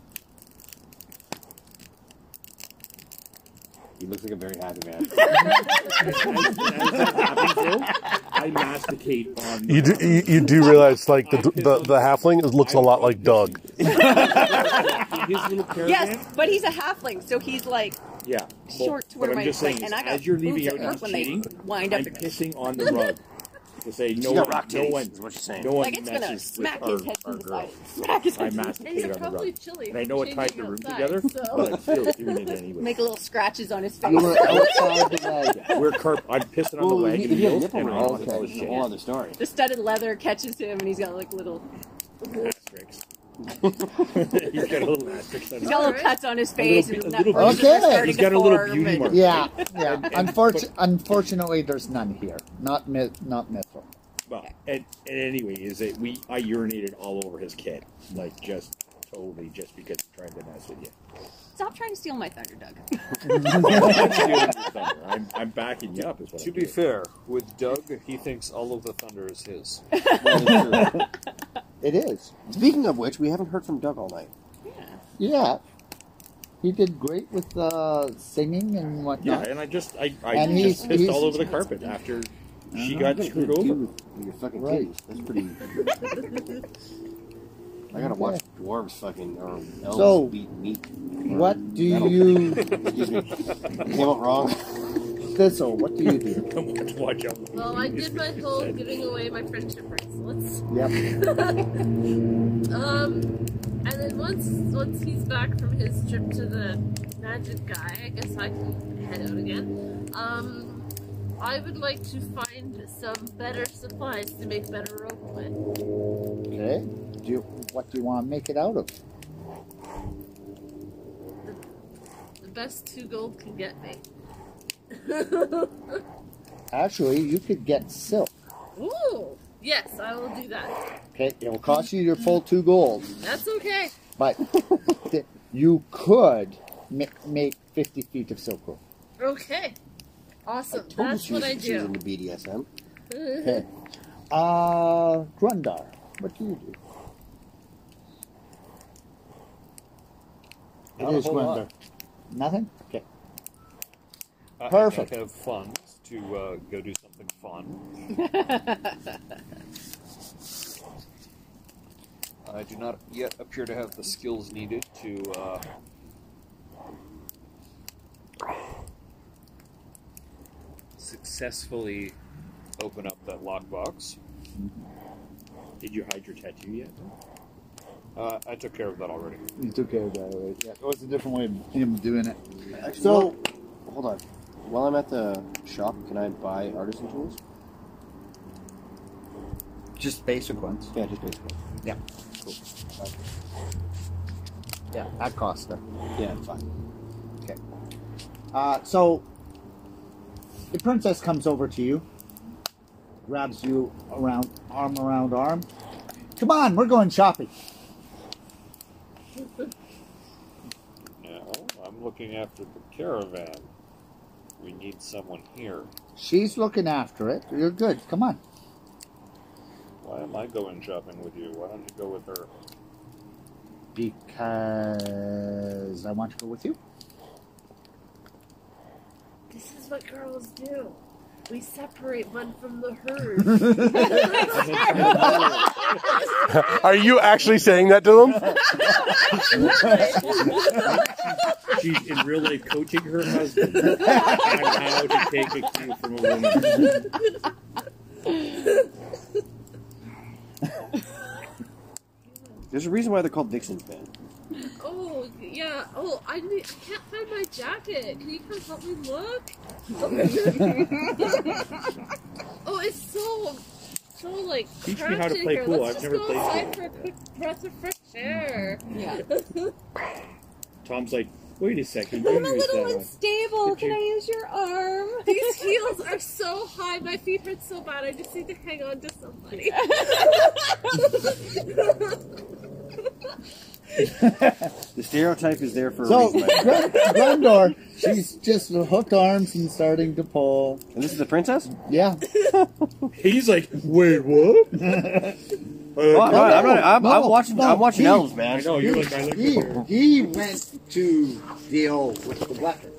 I: He looks like a very happy man.
F: I masticate on.
D: You do you, you do realize like the the, the halfling is- looks a lot like Doug.
F: uh, his little caravan.
E: Yes, but he's a halfling, so he's like
F: Yeah. Well,
E: short to where
F: but
E: my
F: I'm just
E: like,
F: saying,
E: and I got
F: as you're leaving
E: boobs
F: out
E: that
F: and
E: hurt when they
F: cheating,
E: wind up
F: I'm
E: again.
F: pissing on the rug.
H: to say no
I: got
H: one,
I: rock
H: no
I: titties,
H: one,
I: is what you're saying.
H: no one
G: Like, it's gonna
H: messes
G: smack
H: with
G: his
H: our,
G: head
H: our
G: from the
H: girl.
G: side. Smack his
H: I
G: head.
E: And
H: masturbated
E: you're
H: on the
E: probably
H: rug.
E: chilly.
H: And I know it
E: changing
H: tied the room
E: outside,
H: together,
E: so-
H: but I'm still doing it anyway.
G: Make little scratches on his
I: You
G: face.
I: were outside the wagon.
H: We're carp. I'm pissing on the
I: Well,
H: wagon
I: if you had a
H: wheels
I: nipple
H: and
I: ring,
H: all
I: okay,
H: this other
I: it's a
H: shit.
I: whole other story.
G: The studded leather catches him, and he's got like little,
H: Asterisks. He's got a little asterisk on
G: he's
H: his
G: got little
E: Alright.
G: cuts on his
H: little
G: face,
H: bit-
G: and
H: a
G: that
H: little
G: furrows
B: bit-
G: are starting
H: He's got
G: to
H: a little
G: form,
H: beauty
G: and-
H: mark.
B: Yeah, yeah. Unfortunately,
H: but-
B: unfortunately, there's none here. Not mi- not missile.
H: Well, and, and anyway, is it we? I urinated all over his kid, like just totally, just because he tried to mess with you.
G: Stop trying to steal my thunder, Doug.
H: I'm stealing your thunder. I'm, I'm backing you up. Is what
F: To
H: I'm
F: be
H: doing.
F: fair, with Doug, he thinks all of the thunder is his.
I: It is. Speaking of which, we haven't heard from Doug all night.
B: Yeah, he did great with uh, singing and
H: Yeah,
B: whatnot.
H: and I just I, I
B: And he's-
H: just pissed
B: he's-
H: all over the carpet after she got
I: That's
H: screwed
I: good,
H: over.
I: dude, with Your fucking
B: Right.
I: titties. That's pretty. I gotta watch dwarves fucking or elves
B: So-
I: beat meat.
B: What do you,
I: Excuse me. Came out wrong.
B: Thistle? What do you do?
H: Come on, watch out!
E: Well, I did my whole giving away my friendship bracelets.
B: Yep.
E: Um, and then once once he's back from his trip to the magic guy, I guess I can head out again. Um, I would like to find some better supplies to make better rope with.
B: Okay. Do you, what do you want to make it out of?
E: The best two gold can get me.
B: Actually, you could get silk.
E: Ooh, yes, I will do that.
B: Okay, it'll cost you your full two gold,
E: That's okay.
B: but th- you could ma- make fifty feet of silk rope.
E: Okay, awesome.
I: Told
E: That's
I: you
E: what
I: she
E: I
I: was- she was
E: do.
I: into BDSM.
B: Okay. Uh, Grundar, what do you do?
F: Not a
B: it is
F: whole lot.
B: Grundar. Nothing? Okay.
F: I-
B: Perfect.
F: I have funds to uh, go do something fun. I do not yet appear to have the skills needed to uh, successfully open up that lockbox.
H: Did you hide your tattoo yet?
F: Uh, I took care of that already.
B: You took care of that already. Yeah, it was a different way of him doing it.
I: Actually,
B: So-
I: while- hold on. While I'm at the shop, can I buy artisan tools?
O: Just basic ones.
I: Yeah, just basically.
O: Yeah. Yeah, at Costa.
I: Yeah, fine.
B: Uh, so the princess comes over to you, grabs you around arm around arm. Come on, we're going shopping.
F: Now I'm looking after the caravan. We need someone here.
B: She's looking after it. You're good. Come on.
F: Why am I going shopping with you? Why don't you go with her?
B: Because I want to go with you.
E: This is what girls do. We separate one from the herd.
D: Are you actually saying that to them?
H: She's in real life coaching her husband on how to take a cue from a woman.
I: There's a reason why they're called Dixon's band.
E: oh yeah. Oh, I need, I can't find my jacket. Can you come help me look? oh, it's so so like
H: Teach me
E: crowded
H: how to play
E: here.
H: pool.
E: Let's
H: I've
E: just
H: never
E: go
H: played pool.
E: outside for a quick breath of fresh air.
G: Yeah.
H: Tom's like, wait a second, you
G: I'm a
H: used
G: little
H: that one.
G: unstable.
H: Did
G: Can
H: you-
G: I use your arm?
E: These heels are so high. My feet hurt so bad. I just need to hang on to somebody.
I: The stereotype is there for a
B: So
I: reason. my friend.
B: Gr- Grundor, she's just hooked arms and starting to pull.
I: and this is the princess?
B: Yeah.
H: He's like, wait, what?
I: Oh, I'm, not- I'm, not- I'm,
B: no,
I: I'm watching,
B: no,
I: I'm watching
B: he-
I: elves, man.
H: I know you're like, I look
B: He,
H: at her.
B: he went to deal with the weapon.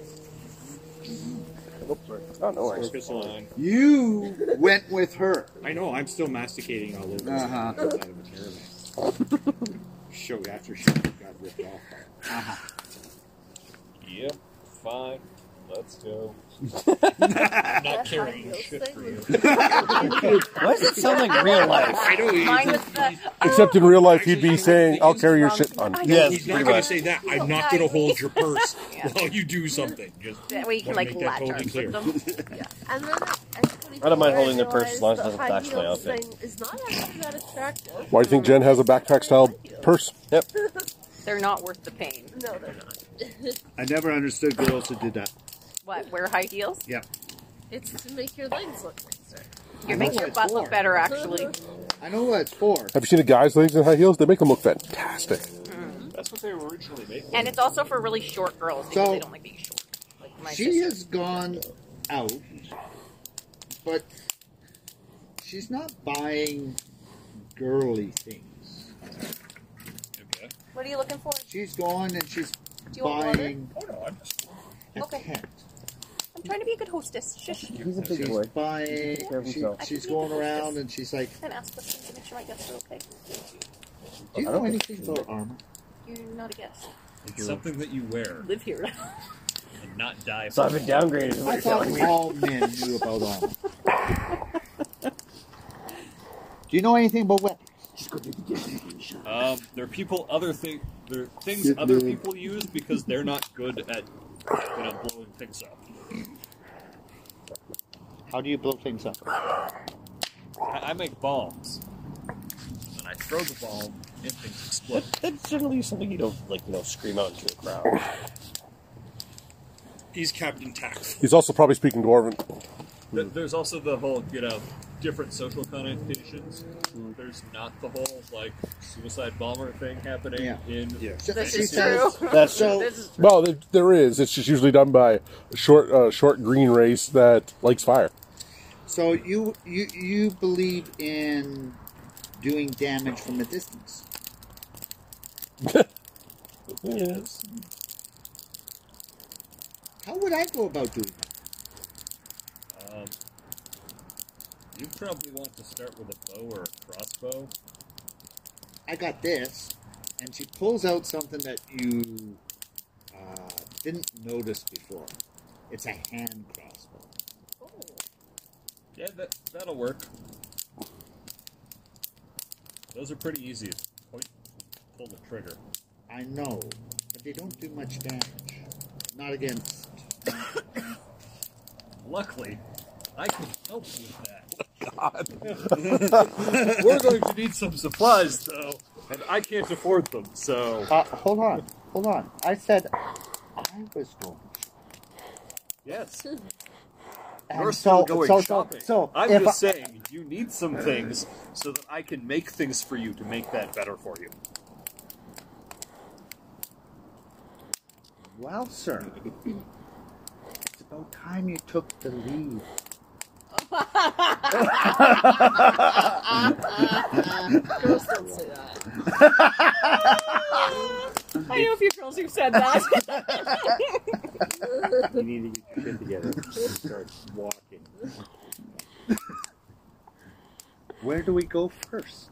I: Oh, no worries.
H: Focus on.
B: You went with her.
H: I know, I'm still masticating all over this
B: Uh-huh.
H: outside of a caravan. Show after show got ripped off.
F: Yep, fine.
H: Let's go. Not carrying shit for you. Why
P: does it sound like real life?
H: I know he's-
E: Mine was the.
D: Except in real life, he'd be saying, "I'll carry your shit on."
P: Yes,
H: He's
P: pretty
H: not going to
P: much.
H: say that. I'm not going to hold your purse while you do something. Just
E: That way you can
H: wanna
E: like
H: make that
E: latch
H: totally
E: arms
H: clear.
E: with them.
Q: And then at 24,
I: I don't mind holding
Q: I
I: the purse as long as it doesn't
Q: realized
I: match
Q: the
I: my
Q: high heels
I: outfit.
Q: thing Is not actually that attractive.
D: Why do you think Jen has a backpack style purse?
I: Yep.
E: They're not worth the pain.
Q: No, they're not.
B: I never understood girls who did that.
E: What? Wear high heels?
B: Yeah.
Q: It's to make your legs look nicer.
E: You make your butt look better, actually.
B: I know what it's for.
D: Have you seen a guy's legs in high heels? They make them look fantastic.
H: That's what they were originally made. for.
E: And it's also for really short girls because
B: So-
E: they don't like being short. Like my
B: She
E: sister.
B: has gone out, but she's not buying girly things.
H: Okay.
E: What are you looking for?
B: She's going and she's
E: Do you want water?
B: buying
H: Oh no, I'm just.
B: a
E: Okay.
B: tent.
E: I'm trying to be a good hostess. Shush.
P: He's a big
B: She's
P: boy.
B: buying.
P: care of
B: She,
P: himself.
B: she's going around and she's like,
E: And ask questions to make sure my guests are okay.
B: "Do you know anything about armor?"
E: You're not a guest.
H: It's something that you wear
E: Live here.
H: and not die.
I: So I've been downgraded. is what
B: I
I: you're telling
B: thought
I: me.
B: all men knew about armor. Do you know anything about weapons?
H: Um, there are people other thing. There are things other people use because they're not good at you know blowing things up.
B: How do you blow things up?
H: I, I make bombs. And I throw the bomb and things explode.
I: That's generally something you don't like. You know, scream out into a crowd.
H: He's Captain Tax.
D: He's also probably speaking dwarven.
H: Th- There's also the whole, you know, different social connotations.
B: Mm-hmm.
H: There's not the whole like suicide bomber thing happening
B: Yeah.
H: in
B: So
E: This
B: she
E: is
B: says-
E: true.
I: That's
B: So-
E: This is
D: Well, there, there is. It's just usually done by a short, uh, short green race that likes fire.
B: So you you you believe in doing damage from a distance?
I: Yes.
B: How would I go about doing that?
H: Um, you probably want to start with a bow or a crossbow.
B: I got this, and she pulls out something that you uh, didn't notice before. It's a hand crossbow.
H: Yeah, that that'll work. Those are pretty easy. Point, pull the trigger.
B: I know, but they don't do much damage. Not against.
H: Luckily, I can help you with that. God. We're going to need some supplies, though, and I can't afford them, so.
B: Uh, hold on, hold on. I said I was going.
H: Yes.
B: And
H: You're
B: so,
H: still going
B: so, so-
H: shopping.
B: So,
H: I'm
B: if
H: just
B: I-
H: saying, you need some things so that I can make things for you to make that better for you.
B: Well, sir, it's about time you took the lead.
Q: Girls don't say that.
E: I know a few girls who said that.
F: You need to get your shit together and start walking.
B: Where do we go first?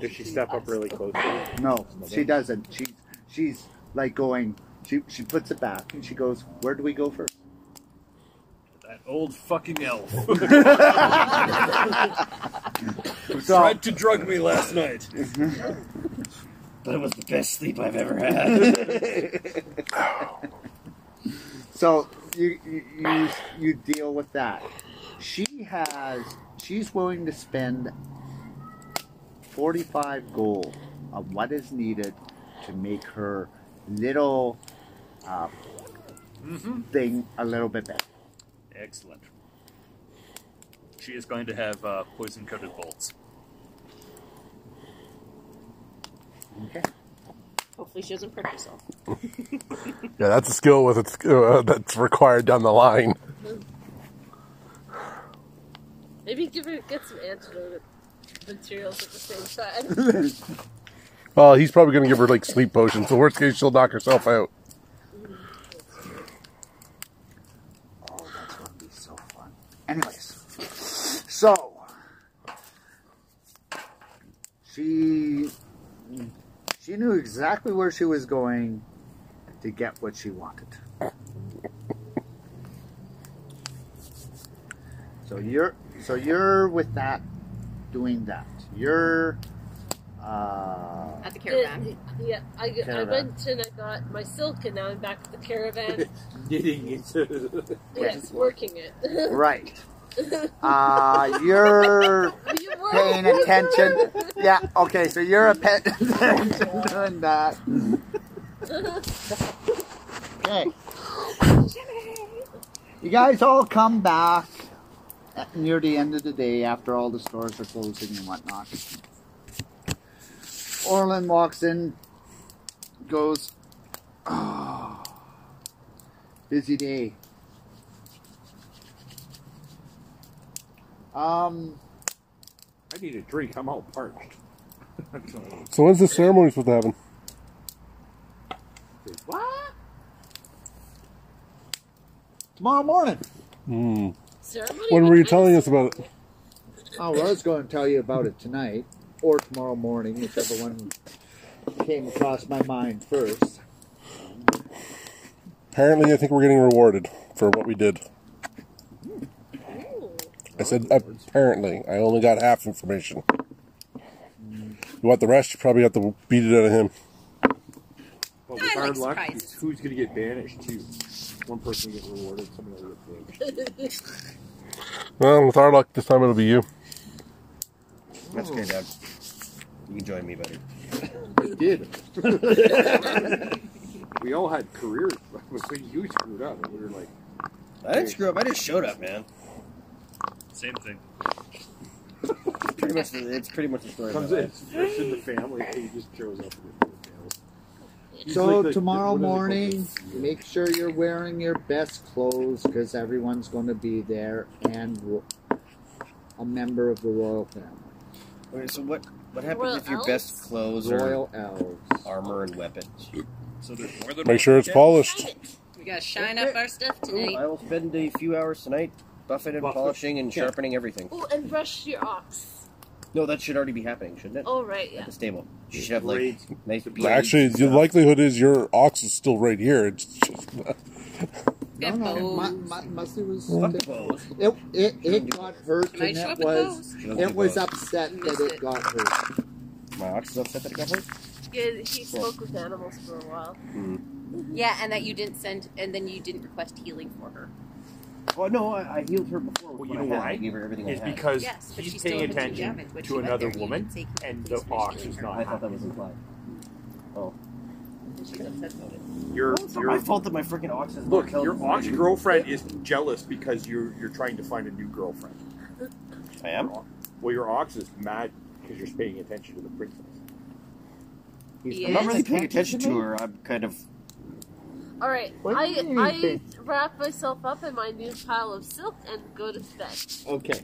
F: Does she step up really close? to
B: No, she doesn't. She she's like going. She she puts it back and she goes. Where do we go first?
H: That old fucking elf
B: So,
H: tried to drug me last night.
I: But it was the best sleep I've ever had.
B: so you, you you you deal with that. She has. She's willing to spend forty-five gold on what is needed to make her little uh, thing a little bit better.
H: Excellent. She is going to have uh, poison coated bolts.
B: Okay.
E: Hopefully she doesn't prick herself.
D: Yeah, that's a skill with it's, uh, that's required down the line.
Q: Maybe give her get some antidote materials at the same time.
D: Well, he's probably going to give her like sleep potions. So worst case, she'll knock herself out.
B: Oh, that's gonna be so fun. Anyways, so she she knew exactly where she was going to get what she wanted. So you're so you're with that, doing that. You're uh,
G: At the
E: Yeah,
G: caravan.
E: yeah, I, g- I
B: Caravan.
E: went and I got my silk, and now I'm back at the caravan.
F: Knitting it.
E: yes, working it.
B: right. Uh, you're
E: You were-
B: paying attention. Yeah. Okay. So you're a pet attention doing that.
R: Okay. You guys all come back at near the end of the day after all the stores are closing and whatnot. Orlin walks in, goes, "Ah, busy day. Um,
F: I need a drink. I'm all parched.
D: So when's the ceremony supposed to happen?
B: What? Tomorrow morning.
D: Hmm.
E: Ceremony?
D: When were you telling us about it?
B: Oh, well, I was going to tell you about it tonight or tomorrow morning, whichever one came across my mind first.
D: Apparently, I think we're getting rewarded for what we did. I said apparently. I only got half information. You want the rest? You probably have to beat it out of him.
F: But with
G: I
F: our
G: like
F: luck,
G: surprises.
F: who's going to get banished too? One person will get rewarded, somebody will get banished.
D: Well, with our luck, this time it'll be you.
S: That's okay, Dad. You can join me, buddy.
F: did. we all had careers, but when you screwed up, we were like,
I: I didn't screw up. I just showed up, man.
H: Same thing.
S: Pretty much, it's pretty much the story.
F: comes in, it's it's in the family, and he just shows up. in the family. He's
B: So
F: like the-
B: tomorrow
F: what do they call
B: morning,
F: it?
B: make sure you're wearing your best clothes because everyone's going to be there and ro- a member of the royal family,
I: Wait, so what? What happens
E: Royal
I: if your
E: elves?
I: best clothes
B: royal elves.
I: are armor and weapons?
H: So there's more than one
D: Make sure it's
H: kid?
D: polished.
G: We gotta shine up our stuff
I: Cool.
G: tonight.
I: I will spend a few hours tonight buffing and
F: Buffing.
I: polishing and
F: Yeah.
I: sharpening everything.
E: oh, and brush your ox.
I: No, that should already be happening, shouldn't it?
E: Oh, right,
I: At
E: yeah.
I: the stable. You should have like
F: Great.
I: nice. beads
D: Actually,
I: and
D: the
I: stuff.
D: likelihood is your ox is still right here. It's just,
G: Get bows.
B: my, my, Musty was.
I: Fuck the bows.
B: It, it, it got hurt
G: Might
B: and
G: show up
B: it
G: with
B: was
G: bows.
I: She doesn't
B: it
I: do
B: was
I: bows.
B: upset that
G: Missed
B: it
G: it.
B: got hurt.
I: My ox is upset that it got hurt.
E: yeah. He spoke with animals for a while.
G: Yeah, and that you didn't send, and then you didn't request healing for her.
I: Oh no, I, I healed her before.
F: Well,
I: with
F: you
I: what
F: know
I: I had.
F: why?
I: I gave her everything
F: Is
I: I had.
F: because
G: Yes, but she
F: he's
G: still
F: paying
G: didn't do
F: attention
G: damage when she
F: to
G: went
F: another
G: there. You
F: woman,
G: didn't say, "Can
F: and
G: you
F: the
G: please finish
F: ox
G: healing
F: is
G: her?"
F: not
I: I thought
F: happy.
I: that was implied. Oh,
G: And she's upset about it.
F: Your
I: it's not
F: your
I: my fault that my freaking ox is
F: look, your ox girlfriend is jealous because you're you're trying to find a new girlfriend.
I: I am.
F: Well, your ox is mad because you're paying attention to the princess.
G: He
I: I'm not
G: is.
I: really paying attention to her. I'm kind of
E: All right,
B: What do
E: I
B: you
E: I
B: think?
E: wrap myself up in my new pile of silk and go to bed.
B: Okay.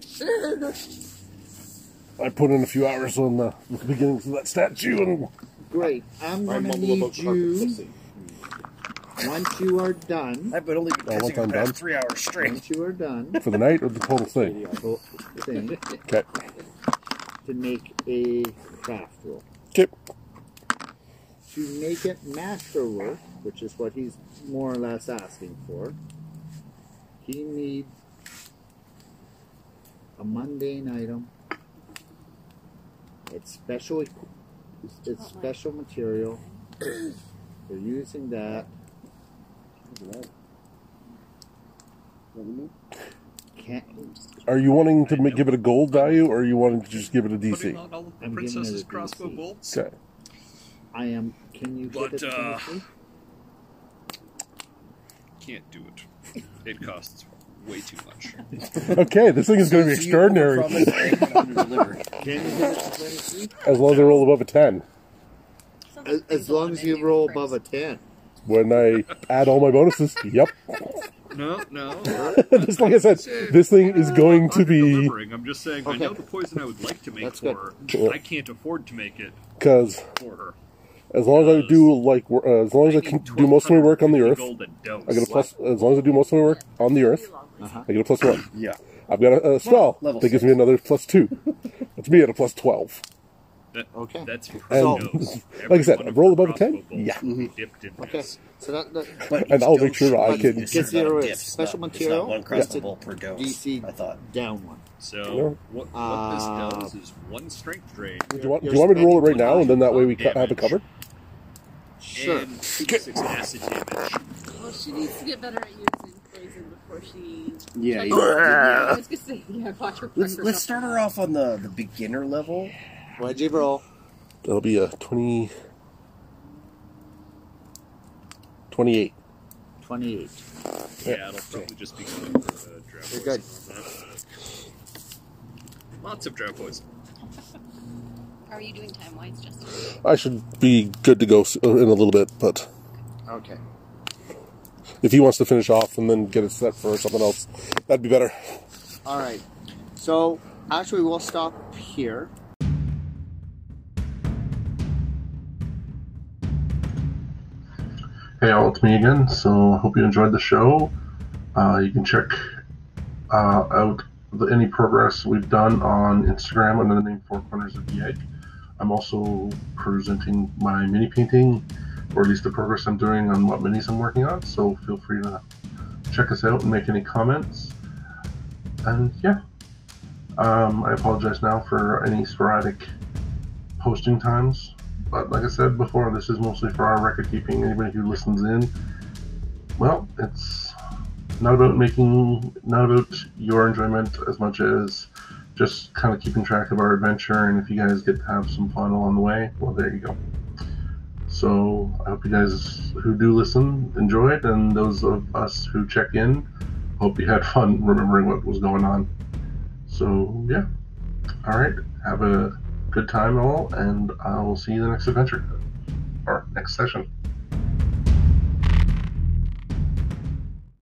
D: I put in a few hours on the, the beginnings of that statue, and
B: Great. I'm
F: I
B: gonna
F: mumble
B: need
F: about carpet
B: you
F: pussy.
B: once you are done.
I: I've been only
D: Oh,
I: been pissing
D: what
I: for the
D: time,
I: past
D: Dad?
I: three hours straight.
B: Once you are done,
D: for the night or the total thing.
B: go thing
D: Okay.
B: to make a craft roll.
D: Okay.
B: To make it masterwork, which is what he's more or less asking for, he needs a mundane item. It's special. equi- It's, it's special material. They're using that. Can't.
D: Are you wanting to ma- give it a gold value, or are you wanting to just give it a
H: Putting
D: DC?
H: on all of the
B: I'm giving
H: princess's
B: it a
H: crossbow
B: DC.
H: bolts.
D: Okay.
B: I am. Can you get
H: But,
B: it?
H: uh,
B: Timothy?
H: Can't do it. It costs way too much.
D: Okay, this thing is going to be extraordinary
B: Can you get it to Timothy?
D: as long as I roll above a 10
B: As, as long as you roll above a ten.
D: when I add all my bonuses. Yep.
H: No, no.
D: Just like I said, this thing is going to be
H: Delivering. I'm just saying. I know the poison I would like to make
B: That's
H: for
B: good.
H: her.
D: Sure.
H: I can't afford to make it
D: because
H: for her.
D: as long as I do like wor- uh, as long as I can
H: need
D: do most of my work on the
H: 1250
D: earth,
H: Golden dose.
D: I get a plus. As long as I do most of my work on the earth, I get a plus one.
I: Yeah.
D: I've got a, a spell
I: level
D: that gives
I: six.
D: me another plus two. That's me at a plus twelve.
T: Okay.
F: That's for
D: And like I said, roll above a ten. Yeah.
F: Dipped in
T: Okay. So that, that
D: And I'll make sure I can.
T: Get zero is special
U: not- it's
T: material.
U: not one crustable per dose,
T: DC
U: I thought.
T: down one.
D: Yeah.
F: So what, what
T: Uh,
F: this does is one strength drain.
D: Do you want, do you want me to roll it right now, and then that way we ca- have it covered?
T: Sure.
F: And two d six acid damage.
E: Well, she needs to get better at using poison before she.
U: Yeah,
E: Like,
U: yeah.
E: I
B: Uh,
E: was gonna say, yeah, watch her
U: Let's,
E: pressure
U: let's
E: up.
U: start her off on the, the beginner level.
T: Why'd you roll?
D: That'll be a 20, 28.
T: Twenty-eight.
F: Yeah, it'll probably just be good for the drought
T: You're good.
F: poison. on that. Lots of drought poison.
G: How are you doing time wise, Justin?
D: I should be good to go s- uh, in a little bit, but
T: Okay.
D: if he wants to finish off and then get it set for something else, that'd be better.
T: All right. So actually, we'll stop here.
A: Hey, all, it's me again. So I hope you enjoyed the show. Uh, you can check uh, out the, any progress we've done on Instagram under the name Four Corners of the Egg. I'm also presenting my mini painting, or at least the progress I'm doing on what minis I'm working on. So feel free to check us out and make any comments. And yeah, um, I apologize now for any sporadic posting times. But like I said before, this is mostly for our record keeping. Anybody who listens in, well, it's not about making, not about your enjoyment as much as just kind of keeping track of our adventure. And if you guys get to have some fun along the way, well, there you go. So I hope you guys who do listen enjoy it, and those of us who check in, hope you had fun remembering what was going on. So yeah, all right, have a good time all, and I will see you in the next adventure or next session.